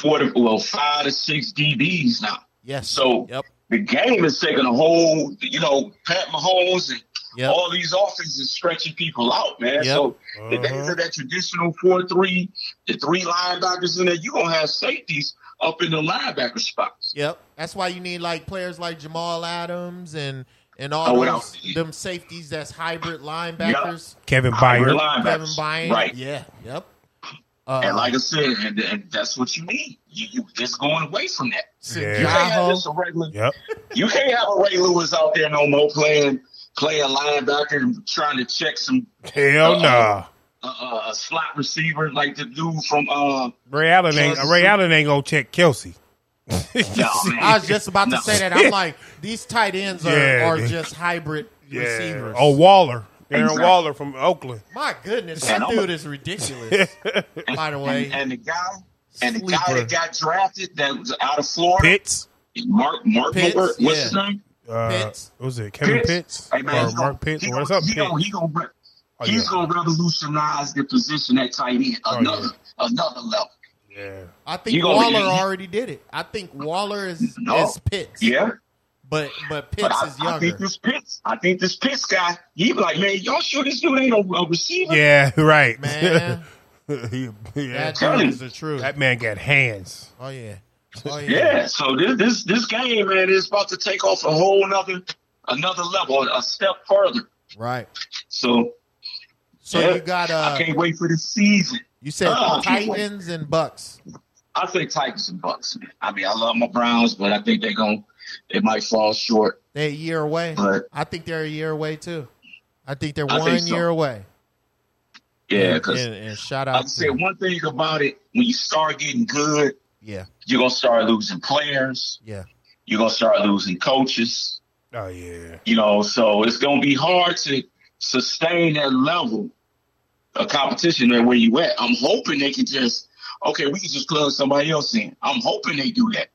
four to well, five to six DBs now. Yes. So Yep. the game is taking a whole you know, Pat Mahomes and Yep. all these offenses stretching people out, man. Yep. Mm-hmm. So the days Uh-huh. of that traditional four three, the three linebackers in there, you're gonna have safeties up in the linebacker spots. Yep. That's why you need like players like Jamal Adams and and all Oh, without- those them safeties that's hybrid linebackers. Kevin Hybrid Byard. linebackers. Kevin Byard. Right. Yeah. Yep. Uh, And like I said, and, and that's what you need. You, you just going away from that. Yeah. You can't have Yahoo. just a regular. Yep. You can't have a Ray Lewis out there no more playing playing linebacker and trying to check some Hell Uh-oh. nah. uh, uh, a slot receiver like the dude from uh. Ray Allen ain't Kansas Ray City. Allen ain't gonna check Kelsey. No, man. I was just about No. to say that. I'm like, these tight ends are, Yeah. are just hybrid Yeah. receivers. Oh Waller, Aaron Exactly. Waller from Oakland. my goodness, And that I'm a- dude is ridiculous. By the way, And, and the guy And the guy Sleeper. that got drafted that was out of Florida, Pitts. Mark Mark Pitts, What's yeah. his name? Uh, Pitts. What was it? Kevin Pitts? Hey, man, or he's Mark gonna- Pitts? he What's gonna- up, he Pitts? gonna- he gonna re- Oh, he's yeah. going to revolutionize the position at tight end Oh, another another level. Yeah. I think You gonna- Waller you- already did it. I think Waller is No. is Pitts. Yeah, But but Pitts but I, is I younger. think this Pitts, I think this Pitts guy, he be like, man, y'all sure this dude ain't no uh, receiver? Yeah, right. Man. He- yeah. that Tell dude him. is the truth. That man got hands. Oh yeah. Oh yeah. Yeah, so this this this game, man, is about to take off a whole another another level, a step further. Right. So So Yeah. you got uh I can't wait for the season. you said Oh, I can't wait. Titans and Bucks. I say Titans and Bucks. Man. I mean, I love my Browns, but I think they're going they might fall short. They're a year away. Right. I think they're a year away too. I think they're I one think so. year away. Yeah, And- because and, and shout I out say to one thing about it: when you start getting good, yeah you're gonna start losing players. yeah You're gonna start losing coaches. Oh, yeah. You know, so it's gonna be hard to sustain that level of competition and where you at. I'm hoping they can just okay, we can just plug somebody else in. I'm hoping they do that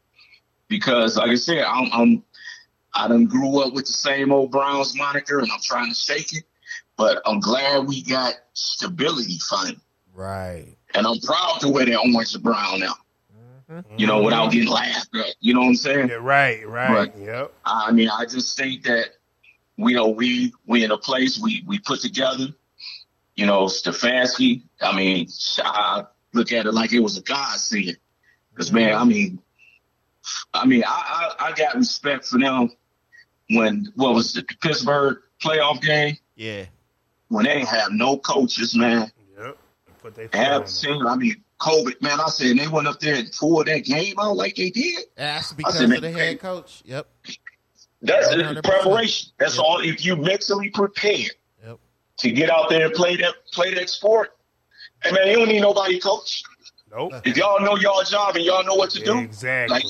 because, like I said, I'm, I'm I done grew up with the same old Browns moniker, and I'm trying to shake it. But I'm glad we got stability finally, right. and I'm proud to wear that orange and brown now. You know, without getting laughed at. You know what I'm saying? Yeah, right, right. Right. Yep. I mean, I just think that we know we we in a place we we put together. You know, Stefanski. I mean, I look at it like it was a godsend. Because man, I mean, I mean, I, I I got respect for them when what was it, the Pittsburgh playoff game Yeah. when they didn't have no coaches, man. Yep. Put they foot on Have it. seen, I mean, COVID, man. I said they went up there and pulled that game out like they did. That's because said, of the man, head coach. Yep. That's it. 100%. preparation. That's Yep. all. If you mentally prepared Yep. to get out there and play that play that sport, hey man, you don't need nobody coach. Nope. If y'all know y'all job and y'all know what to do, Exactly.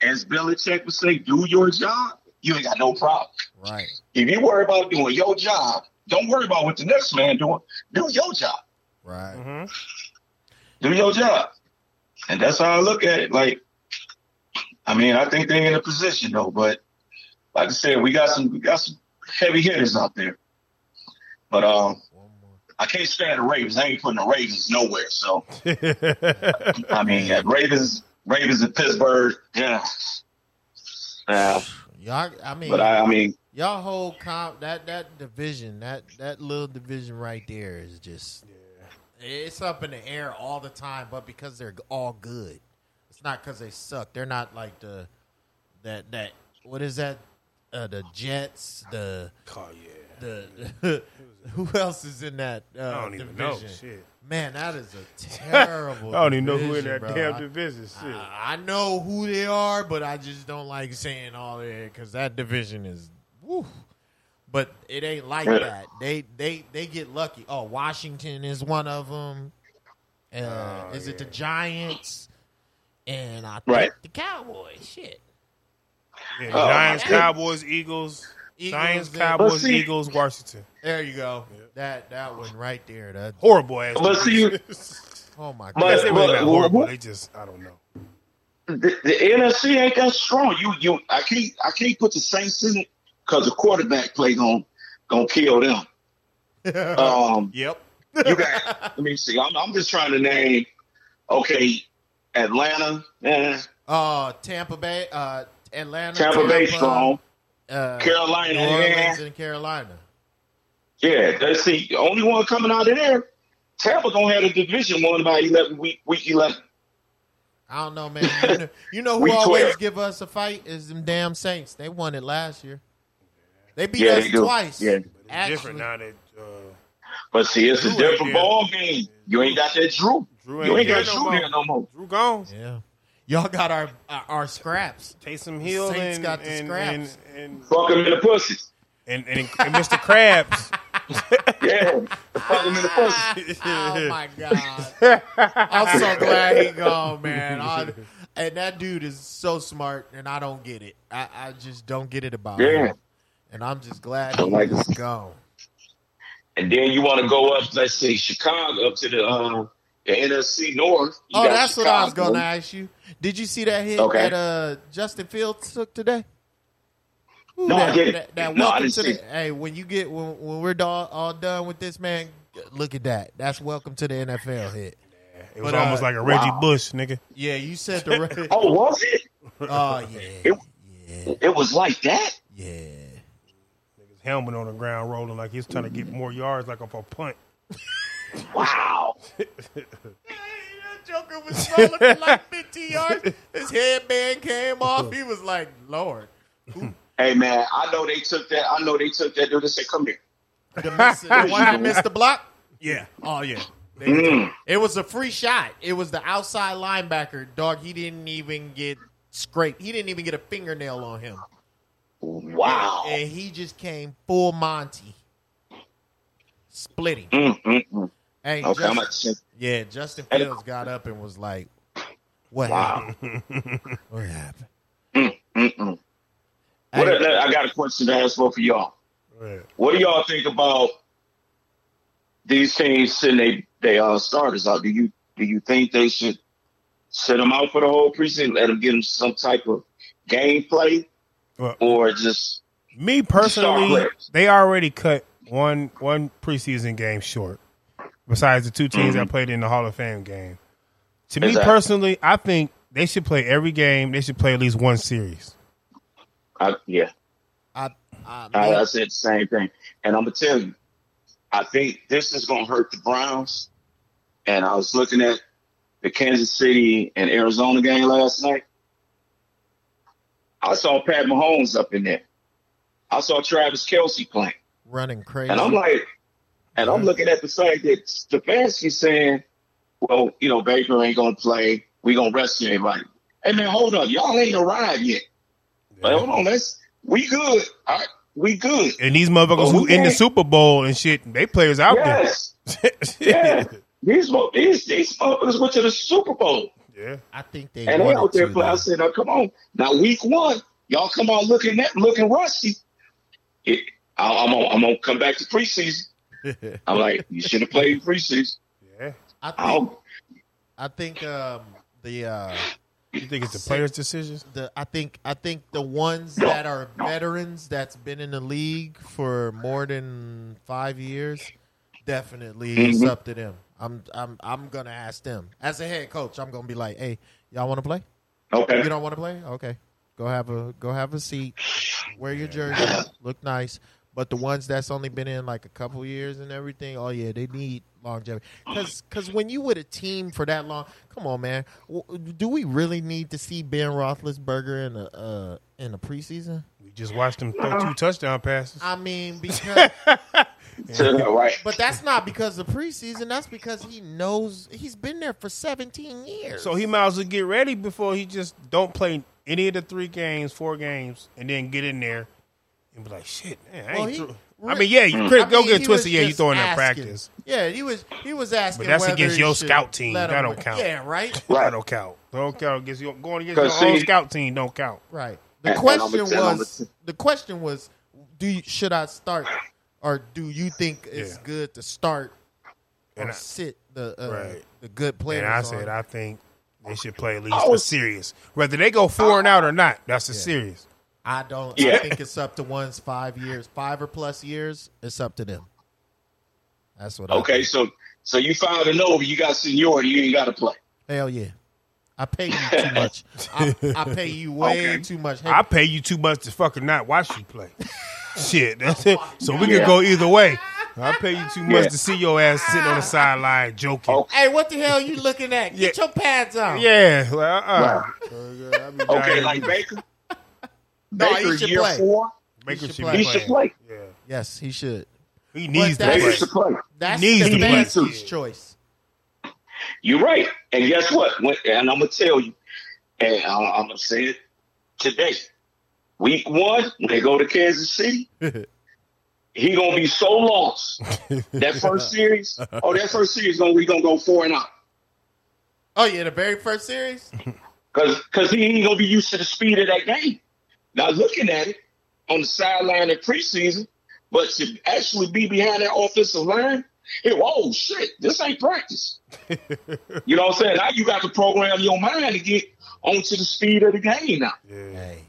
as Belichick would say, do your job. You ain't got no problem. Right. If you worry about doing your job, don't worry about what the next man doing. Do your job. Right. hmm Do your job. And that's how I look at it. Like, I mean, I think they're in a position though, but like I said, we got some we got some heavy hitters out there. But um One more. I can't stand the Ravens. I ain't putting the Ravens nowhere. So I mean, yeah, Ravens, Ravens in Pittsburgh. Yeah, yeah. Y'all, I mean, But I, I mean, y'all whole comp that that division that that little division right there is just it's up in the air all the time. But because they're all good, it's not because they suck. They're not like the that that what is that? Uh, the Jets, the oh, yeah. the who else is in that? Uh, I don't even division? know. Shit. Man, that is a terrible. I don't even know who in division, Ah. that bro. damn I- division. Shit. I, I know who they are, but I just don't like saying all that because that division is woo. But it ain't like Yeah. that. They they they get lucky. Oh, Washington is one of them. Uh, Oh, is it the yeah. Giants? And I think Right. the Cowboys. Shit. yeah, Oh, Giants, my goodness. Cowboys, Eagles. Eagles Giants, and- Cowboys, see- Eagles, Washington. There you go. That that one right there. That Horrible ass. But see- divisions. oh my I guess they god. Oh. But- really not but- horrible. but- They just, I don't know. the, the NFC ain't that strong. You, you, I can't, I can't put the Saints in it because the quarterback play gonna gonna kill them. um, Yep. you got. Let me see. I'm, I'm just trying to name. Okay, Atlanta, eh, Uh, Tampa Bay. Uh, Atlanta. Tampa Bay strong. Uh, Carolina, New Orleans yeah. and Carolina. Yeah, that's the only one coming out of there. Tampa gonna have a division one by eleven week week eleven. I don't know, man. You know, you know who We always 12. give us a fight is them damn Saints. They won it last year. They beat Yeah, us they do. twice. Yeah. But it's Actually, different now that uh, But see, it's a Drew ain't different there. ball game. You ain't got that Drew. Drew You ain't ain't there got no Drew more. there no more. Drew gone. Yeah, y'all got our our, our scraps. Taysom Hill Saints and, got the and, scraps. and, and, Fuck him in the pussy. and, and, and Mr. Krabs. Yeah, fuck him in the pussy. oh my god! I'm so glad he gone, man. I- and that dude is so smart, and I don't get it. I, I just don't get it about Yeah. him. And I'm just glad Don't like he's it. gone. And then you want to go up, let's say Chicago, up to the uh, The NFC North. you Oh, got that's what I was Chicago. going to ask you. Did you see that hit Okay. that uh, Justin Fields took today? Ooh, No, I that, didn't. That, that No, I welcome didn't to see the. Hey, when you get when, when we're all, all done with this, man, look at that. That's welcome to the NFL hit. It was But, uh, almost like a Reggie wow. Bush, nigga. Yeah, you said the. Re- Oh, was it? oh yeah, It was like that. yeah. His helmet on the ground, rolling like he's trying to get more yards, like off a punt. Wow. That Joker was rolling for like 50 yards. His headband came off. He was like, Lord. Hey man, I know they took that. I know they took that dude and said, "Come here." The, miss, the one that missed the block? Yeah, Oh, yeah. Mm. It was a free shot. It was the outside linebacker. Dog, he didn't even get scraped. He didn't even get a fingernail on him. Wow. And he just came full Monty. Splitting. Mm, mm, mm. Hey, Okay, I'm Justin- gonna check. yeah, Justin Fields got up and was like, what Wow. happened? What happened? Mm-mm. Hey, What a- I got a question to ask both of y'all. yeah. What do y'all think about these teams sending they they uh, starters out? Do you do you think they should send them out for the whole preseason, let them get them some type of gameplay, Well- or just Me personally, players. they already cut one one preseason game short. Besides the two teams that played in the Hall of Fame game, to me Mm-hmm. Exactly. personally, I think they should play every game. They should play at least one series. I, yeah? I, I, I, I said the same thing, and I'm gonna tell you, I think this is gonna hurt the Browns. And I was looking at the Kansas City and Arizona game last night. I saw Pat Mahomes up in there. I saw Travis Kelsey playing. running crazy. And I'm like, and I'm looking at the fact that Stefanski's saying, well, you know, Baker ain't going to play. we going to rest everybody. Hey, man, hold up. Y'all ain't arrived yet. Like, hold on. Let's, we good. All right, we good. And these motherfuckers Oh, who in the yeah. Super Bowl and shit, they players out Yes. there. Yeah. These, mo- these, these motherfuckers went to the Super Bowl. yeah. I think they And they wanted out there to, playing. I though. said, now, come on. Now, week one, y'all come out looking that, looking rusty. It, I, I'm going I'm to come back to preseason. I'm like, you should have played preseason. Yeah. I think, I'll, I think um, the uh, You think it's the players' decisions? the I think I think the ones that are veterans that's been in the league for more than five years definitely it's Mhm. up to them. I'm I'm I'm gonna ask them as a head coach. I'm gonna be like, hey, y'all want to play? okay. You don't want to play? Okay, go have a go have a seat. Wear your jersey. Look nice. But the ones that's only been in like a couple years and everything, oh yeah, they need longevity. Because when you with a team for that long, come on, man. W- Do we really need to see Ben Roethlisberger in a uh, in a preseason? We just watched them throw two touchdown passes. I mean, because to the right. but that's not because of preseason. That's because he knows he's been there for seventeen years. So he might as well get ready before he just don't play any of the three games, four games, and then get in there and be like, shit, man, I ain't Well, he- through. I mean, yeah, Hmm. you I Chris, go mean, get he twisted. was Yeah, you just throwing that asking. practice. Yeah, he was he was asking. that's whether against he your should scout team. let That him- don't count. Yeah, right, That Right. don't count. That don't count. Against your, going against your Cause own see- scout team don't count. right. The And- and I'm question gonna tell- I'm was gonna the question was, do you, should I start or do you think it's Yeah. good to start or And I- sit the uh, Right. the good players? And I on? said, I think they should play at least Oh. a series, whether they go four and out or not. That's a series. I don't. I Yeah. think it's up to one's five years, five or plus years. It's up to them. That's what. I Okay, so so you filed an over, you got seniority, you ain't got to play. Hell yeah. I pay you too much. I, I pay you way Okay. too much. Hey, I pay you too much to fucking not watch you play. Shit, that's it. So we Yeah. could go either way. I pay you too much Yeah. to see your ass sitting on the sideline joking. Oh. hey, what the hell you looking at? Get Yeah. your pads on. Yeah, well, uh, Okay, like Baker. No, Baker, he should year play. four, make him should should play. he be should playing. play. Yeah, Yes, he should. he needs that's- to play. Baker should play. That's He needs the to play. Stefanski's choice. You're right. And guess what? When, and I'm gonna tell you, and I, I'm gonna say it today. Week one, when they go to Kansas City, he gonna be so lost. That first series, oh, that first series, gonna we gonna go four and out Oh yeah, the very first series. because because he ain't gonna be used to the speed of that game. Now looking at it on the sideline in preseason, but to actually be behind that offensive line, Hey, whoa, shit, this ain't practice. you know what I'm saying? Now you got to program your mind to get onto the speed of the game now.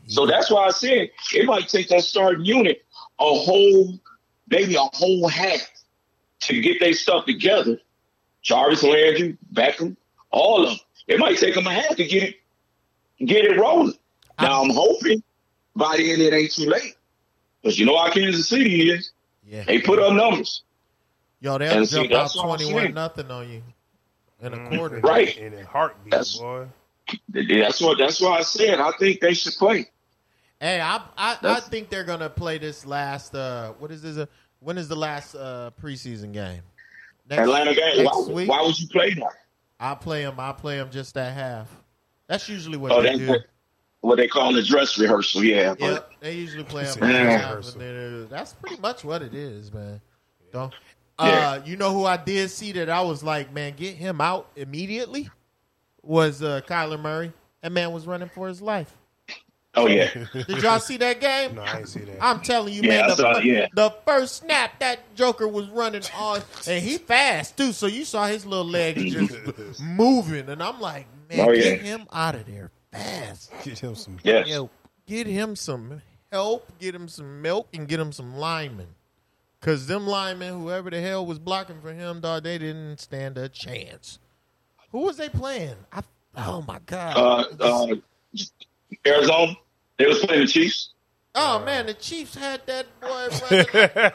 So that's why I said it might take that starting unit a whole, maybe a whole half to get their stuff together. Jarvis Landry, Beckham, all of them. It might take them a half to get it, get it rolling. Now I'm hoping by the end it ain't too late, because you know how Kansas City is. Yeah. They put up numbers, Yo, they'll And see, jump out that's what I'm twenty one saying. Mm-hmm. nothing on you in a quarter. right? Mm-hmm. in a heartbeat, That's- boy. That's what that's what I said. I think they should play. Hey, I I, I That's- think they're gonna play this last. Uh, what is this? Uh, when is the last uh, preseason game? Next, Atlanta game. Next Why, week, why would you play that? I play them. I play them just that half. That's usually what Oh, they that's do. what, what they call the dress rehearsal. Yeah, but Yep, Oh, they usually play It's them. a half rehearsal. and then, uh, that's pretty much what it is, man. Don't. Yeah. Uh, you know who I did see that I was like, man, get him out immediately. Was uh, Kyler Murray? That man was running for his life. oh yeah, Did y'all see that game? No, I ain't see that. I'm telling you, Yeah, man. I The, saw fir- it, yeah. the first snap that Joker was running on, and he fast too. So you saw his little legs just moving, and I'm like, man, Oh, yeah. get him out of there fast. Get him some. yeah. Yo, get him some help, get him some milk, and get him some linemen. Cause them linemen, whoever the hell was blocking for him, dog, they didn't stand a chance. Who was they playing? I, oh my god! Uh, uh, Arizona, they was playing the Chiefs. uh, oh man, the Chiefs had that boy running,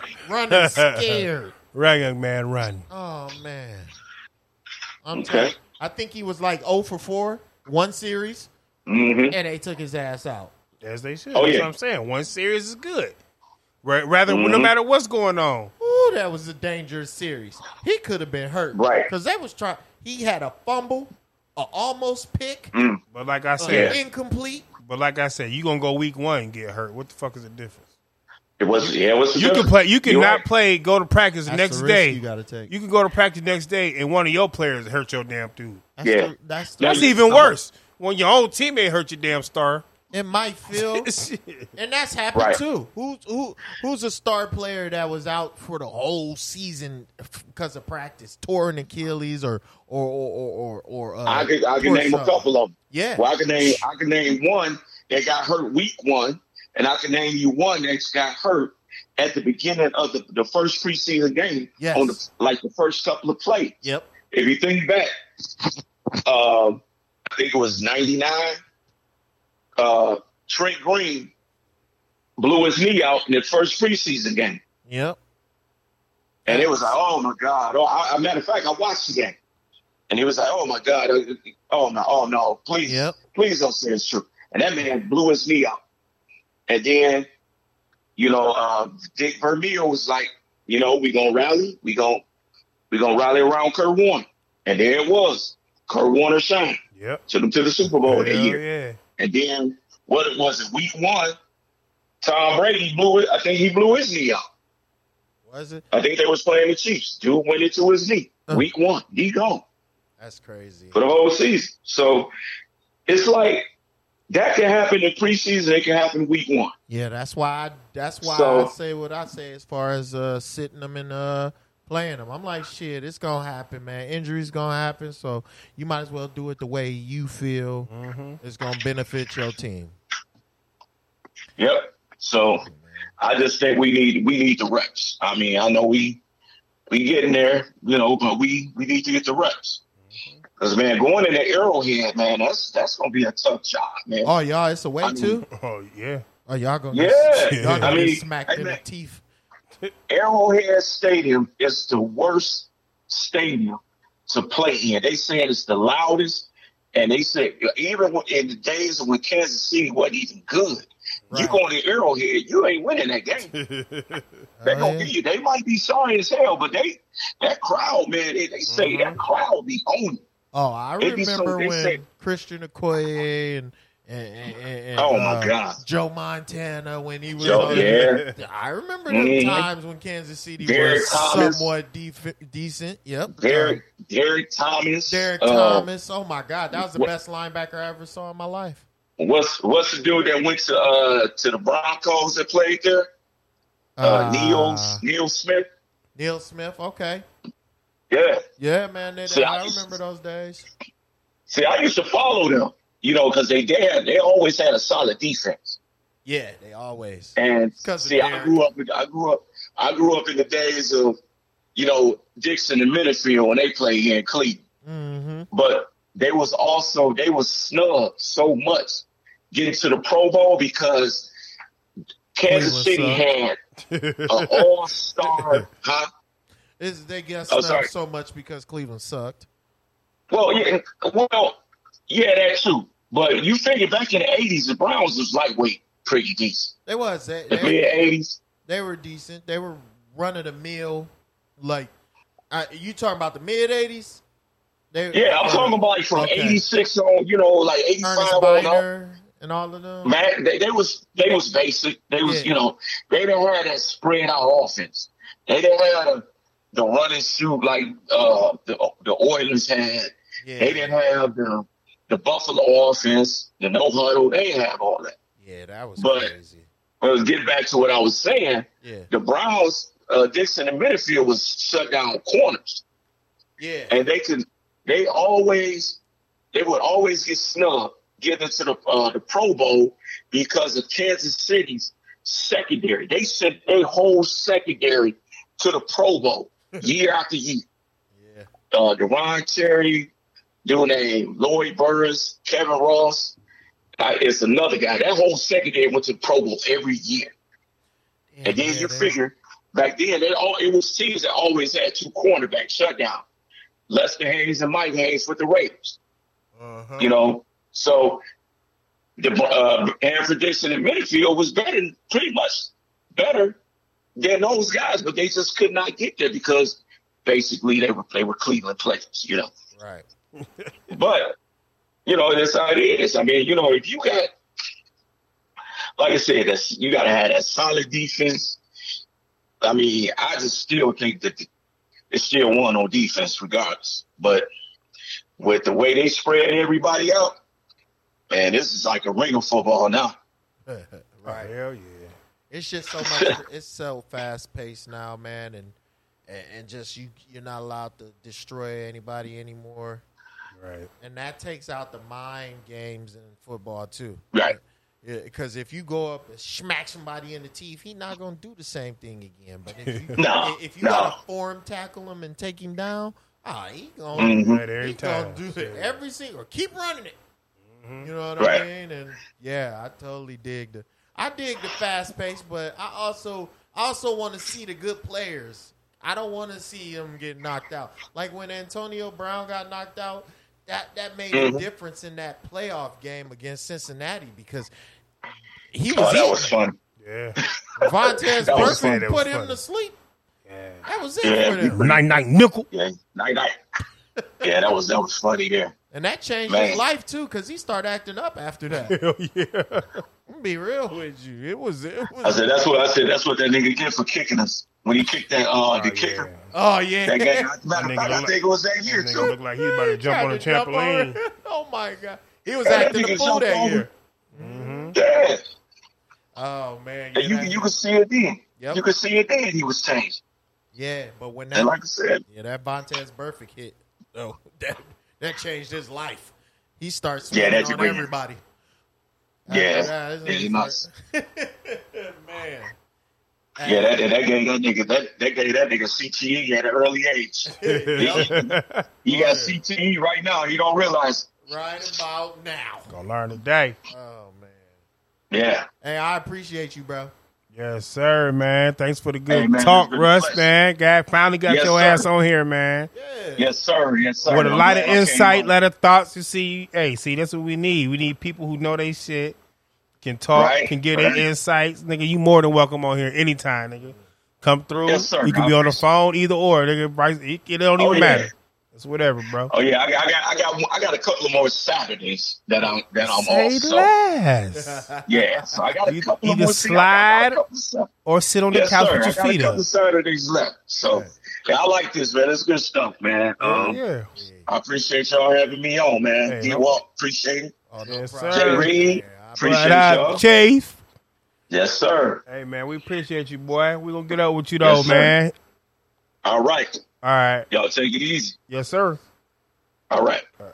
running scared. Right, young man, run. Oh man. I'm Okay. telling- I think he was like 0 for 4, one series, hmm and they took his ass out. As they should. Oh, That's yeah. what I'm saying. One series is good. Right, rather, no Mm-hmm. matter what's going on. Ooh, that was a dangerous series. He could have been hurt. Right. Because they was trying he had a fumble, a almost pick, Mm, But like I a said, incomplete. but like I said, you gonna go week one and get hurt. What the fuck is the difference? It was yeah. What's the You can difference? play. You can You're not right. play. Go to practice the That's next the risk day. you gotta take. You can go to practice next day, and one of your players hurt your damn dude. That's Yeah. the, that's the, Now That's you- even I'm- worse. When your own teammate hurt your damn star. it might feel Shit. and that's happened Right. too. Who's who who's a star player that was out for the whole season because of practice, torn Achilles or or or or or, or uh, I can I can name a torso? couple of them. Yeah. Well, I can name I can name one that got hurt week one, and I can name you one that got hurt at the beginning of the, the first preseason game Yes. on the like the first couple of plays. Yep. If you think back, um, I think it was '99. Uh, Trent Green blew his knee out in the first preseason game, Yep. and it was like, "Oh my god!" Oh, I, I- matter of fact, I watched the game, and he was like, "Oh my god! Oh, Oh no! Oh no! Please, Yep. please don't say it's true." And that man blew his knee out, and then, you know, uh, Dick Vermeil was like, "You know, we gonna rally. We gonna we gonna rally around Kurt Warner," and there it was. Kurt Warner shine Yep. took them to the Super Bowl that Hell year. yeah. And then what it was in week one, Tom Brady blew it. I think he blew his knee out. Was it? I think they was playing the Chiefs. Dude went into his knee. Week one, he gone That's crazy. for the whole season. So it's like that can happen in preseason. It can happen week one. Yeah, that's why. I, that's why So- I say what I say as far as uh, sitting them and uh, playing them. I'm like, shit, it's gonna happen, man. Injuries gonna happen, so you might as well do it the way you feel Mm-hmm. it's gonna benefit your team. Yep. So I just think we need we need the reps. I mean, I know we we getting there, you know, but we we need to get the reps. Cause man, going in the Arrowhead, man, that's that's gonna be a tough job, man. Oh, y'all, it's a way I too. Oh yeah. Oh, y'all gonna Yeah. y'all gonna I get mean, smacked hey, in the man. teeth. Arrowhead Stadium is the worst stadium to play in. They said it's the loudest, and they said even when- in the days when Kansas City wasn't even good, you Right. going to Arrowhead, you ain't winning that game. They Oh, gonna yeah. give you. They might be sorry as hell, but they that crowd, man. They, they say Mm-hmm. that crowd be on. it. Oh, I It'd be remember so- they when said- Christian Okoye and. And, and, and- and, Oh, my uh, God. Joe Montana when he was Joe- on yeah. I remember them Mhm. times when Kansas City Derrick was Thomas. somewhat def- decent. Yep, Derek, Derek Thomas, Derrick uh, Thomas. Oh my God, that was the what- best linebacker I ever saw in my life. What's what's the dude that went to uh to the Broncos Uh, that played there? Uh, Neil Neil Smith. Neil Uh, Smith. Okay, Yeah. Yeah, man. They, See, I, I- remember those days. See, I used to follow them, you know, because they they, had, they always had a solid defense. Yeah, they always. And 'Cause of see, I Derrick. grew up. I grew up. I grew up in the days of, you know, Dixon and Minifield when they played here in Cleveland. Mm-hmm. But they was also they was snubbed so much getting to the Pro Bowl because Kansas Cleveland City had an All Star. huh? Is they get Oh, snubbed sorry. so much because Cleveland sucked? Well, yeah, well, yeah, that too. But you figure back in the eighties, the Browns was lightweight, pretty decent. They was they The they, mid eighties, they were decent. They were run of the mill. Like I, you talking about the mid '80s? They, yeah, I'm talking about like from Okay. eighty six on, you know, like eighty five Ernest on up. Biner and all of them. Man, they, they was they was basic. They was Yeah. you know they didn't have that spread out offense. They didn't have the, the run and shoot like uh, the the Oilers had. They Yeah, didn't have the the Buffalo offense, the no huddle. They didn't have all that. yeah, that was But- crazy. But get back to what I was saying. Yeah, the Browns, uh, Dixon and Minifield was shut down corners, yeah. and they could, they always, they would always get snubbed, given to the uh, the Pro Bowl because of Kansas City's secondary. They sent their whole secondary to the Pro Bowl year after year. Yeah. Uh, Deron Cherry, dude named Lloyd Burris, Kevin Ross. Uh, it's another guy. That whole secondary went to the Pro Bowl every year. And then Yeah, you they- figure back then they all it was teams that always had two cornerbacks shut down. Lester Hayes and Mike Hayes with the Raiders. Uh-huh. You know? So the uh Hanford Dixon and midfield was better pretty much better than those guys, but they just could not get there because basically they were they were Cleveland players, you know. right. But you know, that's how it is. I mean, you know, if you got, like I said, that's you got to have that solid defense. I mean, I just still think that the, it's still one on defense, regardless. But with the way they spread everybody out, man, this is like a ring of football now. right. Uh-huh. Hell yeah. It's just so much. it's so fast paced now, man, and, and and just you you're not allowed to destroy anybody anymore, Right. and that takes out the mind games in football too. Right. Because if you go up and smack somebody in the teeth, he's not gonna do the same thing again. But if you, No, if you no. gotta form tackle him and take him down, ah, he gonna Mhm. Right every he time. gonna do Shit. it every single. Keep running it. You know what I Right. mean? And yeah, I totally dig the. I dig the fast pace, but I also I also want to see the good players. I don't want to see them get knocked out. Like when Antonio Brown got knocked out, that that made a Mhm. difference in that playoff game against Cincinnati because he was, Oh, that eating. was fun. Yeah. Vontez That Burfict was funny, that was put him funny. to sleep. Yeah. That was it Yeah, for them. Night night nickel. Yeah, night night. Yeah, that was that was funny there. And that changed Man. his life too, because he started acting up after that. I'm Hell yeah. gonna be real with you. It was it I was said that's what I said. That's what that nigga get for kicking us when he kicked that uh the Oh, kicker. yeah. Oh That game, yeah. matter of fact, I think it was that year That nigga too. looked like he was about to jump Tried on a to jump over. trampoline. Oh my god. He was Yeah, that acting a nigga fool jumped that over. year. Yeah, Oh man. Yeah, and you that- you could see it then. Yep. You could see it then. He was changed, yeah, but when that and like I said, Yeah, that Vontez Burfict hit. Oh, that that changed his life. He starts Yeah, swinging that's on great. everybody. Yeah. After that, it's- Yeah, he must. man. yeah, that that gave that nigga that that gave that nigga CTE at an early age. He got CTE right now. He don't realize. right about now. Gonna learn today. Oh man. Yeah, Hey, I appreciate you, bro. Yes, sir, man. Thanks for the good Hey, man, talk, it's been a Russ, pleasure. man. Guy finally got Yes, your sir. ass on here, man. Yeah. yes sir, yes sir. With a I'm lot of glad I came insight, on. lot of thoughts. You see, hey, see, that's what we need. We need people who know they shit, can talk, Right, can get right. their insights. Nigga, you more than welcome on here anytime, nigga. Come through. Yes, sir. You can I be on the appreciate phone, either or. Nigga, Bryce, it, it don't Oh, even yeah. matter. It's whatever, bro. Oh yeah, I got I got I got, one- I got a couple of more Saturdays that I'm that I'm Say off. So less. yeah, so I got a You- couple you of just more. see, I got slide a couple of stuff. or sit on the Yes, couch sir. with your I got feet a up. couple Saturdays left. So yeah, I like this, man. It's good stuff, man. Um, yeah. I appreciate y'all having me on, man. Hey, D no- Walk, appreciate it. Oh, Yes, problem. sir. Jay Reed, Yeah, I- appreciate But, uh, y'all. Chief. yes, sir. Hey man, we appreciate you, boy. We gonna get up with you though, Yes, sir. man. All right. All right. Y'all take it easy. Yes, sir. All right. Man.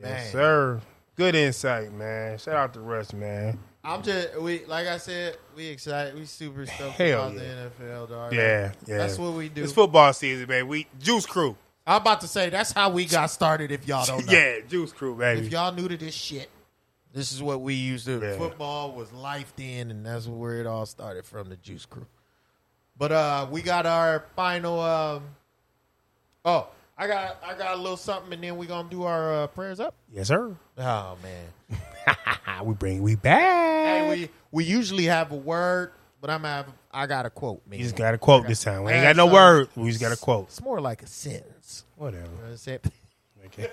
Yes, sir. Good insight, man. Shout out to Russ, man. I'm just we like I said, we excited, we super stoked Hell about the NFL, dog. Yeah, yeah. That's what we do. It's football season, baby. We Juice Crew. I'm about to say that's how we got started. If y'all don't know, Yeah, Juice Crew, Oh, if baby. y'all new to this shit, this is what we used to. Yeah. Football was life then, and that's where it all started from the Juice Crew. But uh, we got our final. Um, oh, I got I got a little something, and then we gonna do our uh, prayers up. Yes, sir. Oh man. Ah, we bring we back. Hey, we we usually have a word, but I'm have I got a quote. Man, we just got a quote this time. We ain't I got no some- word. We just got a quote. It's more like a sentence. Whatever. You know what I'm saying? Okay.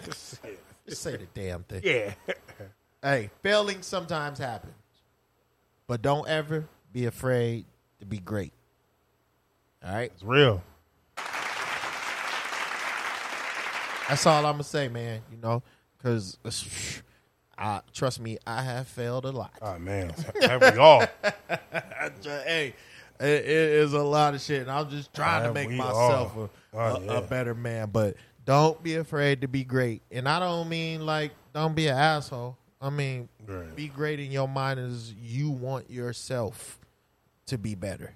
Just say the damn thing. yeah. Hey, failing sometimes happens, but don't ever be afraid to be great. All right, It's real. that's all I'm gonna say, man. You know, because I trust me, I have failed a lot. Oh man. Have we all. hey, it, it is a lot of shit, and I'm just trying Yeah, to make we myself are. a, Oh, a, yeah. a better man. But don't be afraid to be great, and I don't mean like don't be an asshole. I mean Right. be great in your mind as you want yourself to be better,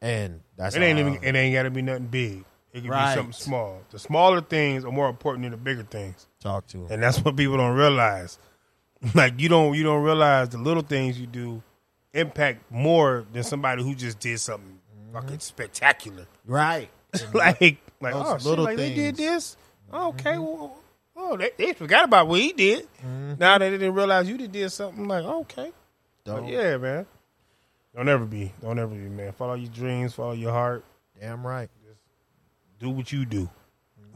and that's Mm-hmm. It ain't all. even it ain't gotta be nothing big. It can Right. be something small. The smaller things are more important than the bigger things. talk to him. and that's what people don't realize. Like you don't you don't realize the little things you do impact more than somebody who just did something fucking spectacular. Right, like like Those Mm-hmm. oh shit, little like they did things. this. Oh, okay, well, oh they, they forgot about what he did. Now that they didn't realize you did, did something like okay, don't, But yeah, man. Don't ever be, don't ever be, man. Follow your dreams, follow your heart, damn right. do what you do.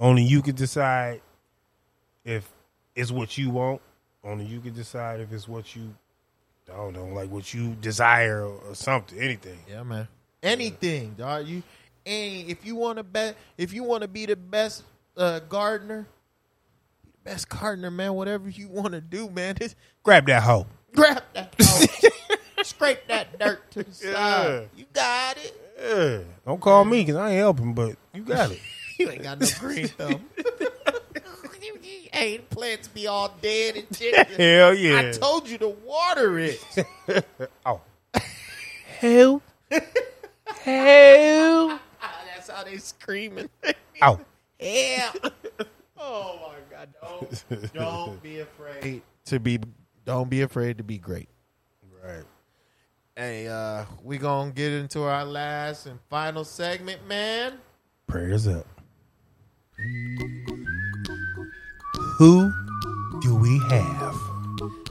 Only you can decide if it's what you want. Only you can decide if it's what you I don't know, like what you desire or, or something, anything. Yeah, man. Anything, dog. You any if you want to bet if you want to be the best uh, gardener, be the best gardener, man. Whatever you want to do, man. Just Grab that hoe. grab that, hoe. scrape that dirt to the side. Yeah. You got it. Yeah. Don't call me because I ain't helping, but you got it. You ain't got no green thumb. hey, the plants be all dead and shit. Hell I yeah. told you to water it. oh. Hell. Hell. Ah, That's how they screaming. Oh. Yeah. oh my God! Don't, don't be afraid to be. Don't be afraid to be great. Right. Hey, uh, we gonna get into our last and final segment, man. Prayers up. Who do we have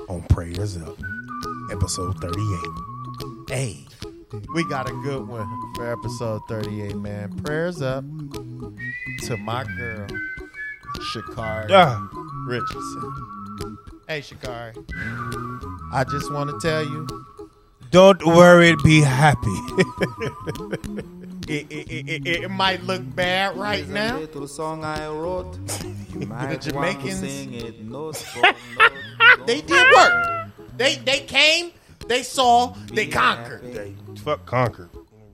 on Prayers Up? Episode 38. Hey, we got a good one for episode thirty-eight, man. Prayers up to my girl, Shakari. Ah, Richardson. Hey, Shakari. I just want to tell you, don't worry, be happy. it, it, it, it, it might look bad right now. To the song I wrote. You might Eh? Jamaicans. wanna sing it note for note. They did work. They they came, they saw, they conquered. They fuck Concord.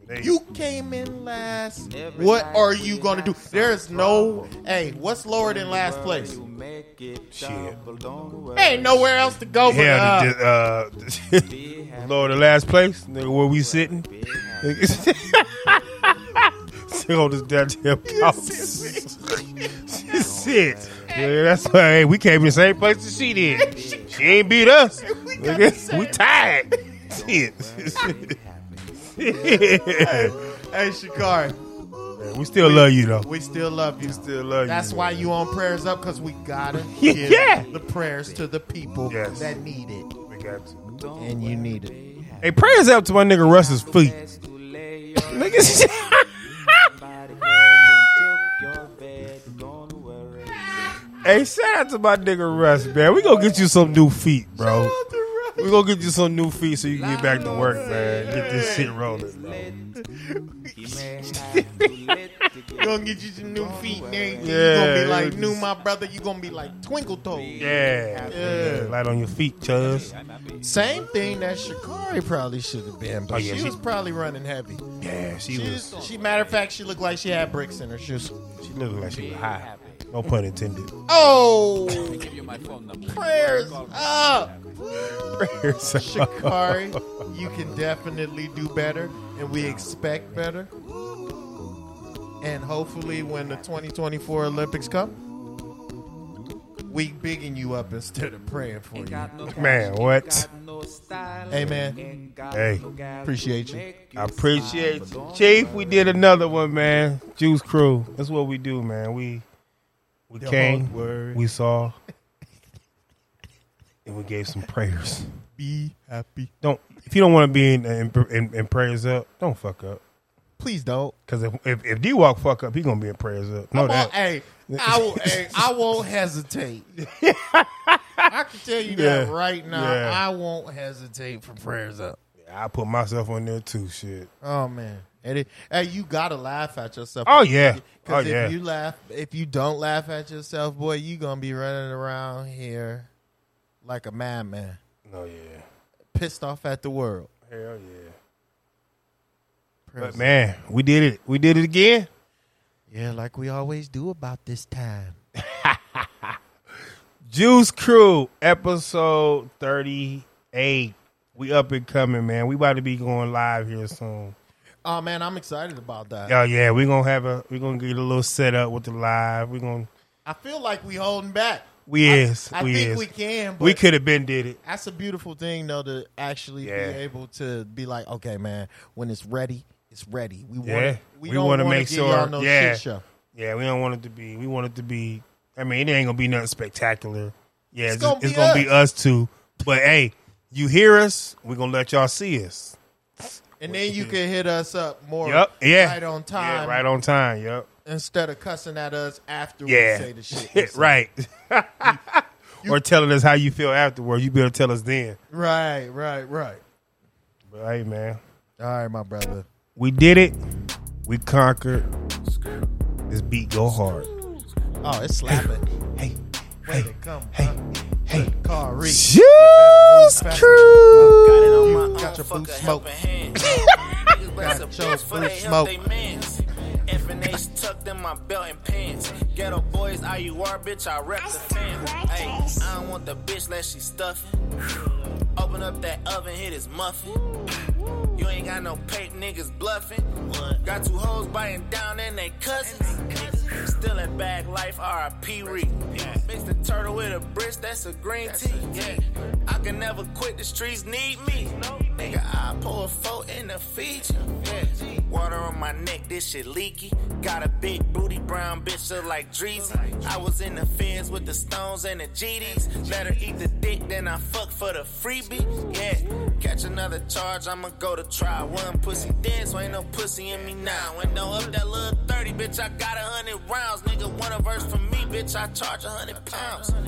They- You came in last. What are you gonna do? There's no hey, what's lower than last place? You make it Shit. double, don't worry. Ain't nowhere else to go but yeah, uh, the, uh, Lord, the last place, nigga, where we sitting. Sit on this goddamn couch. Shit. Yeah, that's why hey, we came to the same place that she did. She ain't beat us. Nigga, we tired. Shit. Yeah. Hey Shikari, We still love you though. we still love you. Still love you. That's why you on prayers up because we gotta Yeah. give the prayers to the people Yes. that need it. We got you. And you need it. Hey, prayers up to my nigga Russ's feet. To lay your Nigga, body head and took your bed, don't worry. Hey, shout out to my nigga Russ, man. We gonna get you some new feet, bro. We gonna get you some new feet so you can get back to work, man. Get this shit rolling. Bro. gonna get you some new feet, and everything. Yeah, you gonna be it'll like just- new, my brother. You gonna be like twinkle toes. Yeah, yeah. Light on your feet, Chuz. Same thing that Shakari probably should have been, but Oh, yeah, she she- was probably running heavy. Yeah, she She, was. she matter of fact, she looked like she had bricks in her shoes. She looked like she was high. No pun intended. Oh, prayers up, Shakari. You can definitely do better, and we expect better. And hopefully, when the 2024 Olympics come, we bigging you up instead of praying for you. Man, what? Hey, man, Hey, appreciate you. I appreciate you, Chief. We did another one, man. Juice Crew. That's what we do, man. We we came, word. we saw, and we gave some prayers. Be happy. Don't if you don't want to be in, in, in, in prayers up, don't fuck up. Please don't. Cause if if, if D walk fuck up, he gonna be in prayers up. No, I won't, that hey, I will, hey, I won't hesitate. I can tell you that Yeah. right now. Yeah. I won't hesitate for prayers up. I put myself on there too. Shit. Oh man, and it, hey, you gotta laugh at yourself. Oh yeah. Oh Because if yeah. you laugh, if you don't laugh at yourself, boy, you gonna be running around here like a madman, No Oh, yeah. pissed off at the world. Hell yeah. Prayers But up. man, we did it. We did it again. yeah, like we always do about this time. Juice Crew, episode 38. We up and coming, man. We about to be going live here soon. Oh man, I'm excited about that. Oh yeah, we gonna have a we gonna get a little setup with the live. We gonna I feel like we holding back. we I- is I, we think is we can. But we could have been did it. That's a beautiful thing, though, to actually Yeah. be able to be like, okay, man, when it's ready, it's ready. We want, Yeah. we, We don't wanna want to make give sure- y'all no yeah. shit show. Yeah, we don't want it to be. We want it to be. I mean, it ain't gonna be nothing spectacular. Yeah, it's, gonna just- it's be gonna, be, us. too. But hey, you hear us? We are gonna let y'all see us. And then you can hit us up more, Yep. Yeah. right on Yeah, time, right on time. Yep. instead of cussing at us after Yeah. we say the shit, we say. right. or telling us how you feel afterward. You better tell us then. right, right, right. But hey, man, All right, my brother. we did it. We conquered. This beat go hard. Oh, it's slapping. Hey, Way hey, to come, hey, huh? hey. Car reach. Juice Crew. You got your boot smoke. Got your boot smoke. Infinites tucked in my belt and pants. Ghetto boys, IUR, bitch, I rep the fam. Ayy, I don't want the bitch let she stuffin'. Open up that oven, hit his muffin. You ain't got no paint, niggas bluffing. Got two hoes biting down and they cousins. Still in bag life, RIP Reek. Mix the turtle with a bridge, that's a green tea. Yeah. I can never quit, the streets need me. Nigga, I pull a four in the feature. Yeah. Water on my neck, this shit leaky. Got a big booty, brown bitch, look like Dreezy. I was in the fence with the stones and the GDs. Let her eat the dick, then I fuck for the freebie. Yeah, catch another charge, I'ma go to try. One pussy dance, so ain't no pussy in me now. Ain't no up that little 30, bitch, I got a hundred rounds. Nigga, one a verse from me, bitch, I charge a hundred pounds.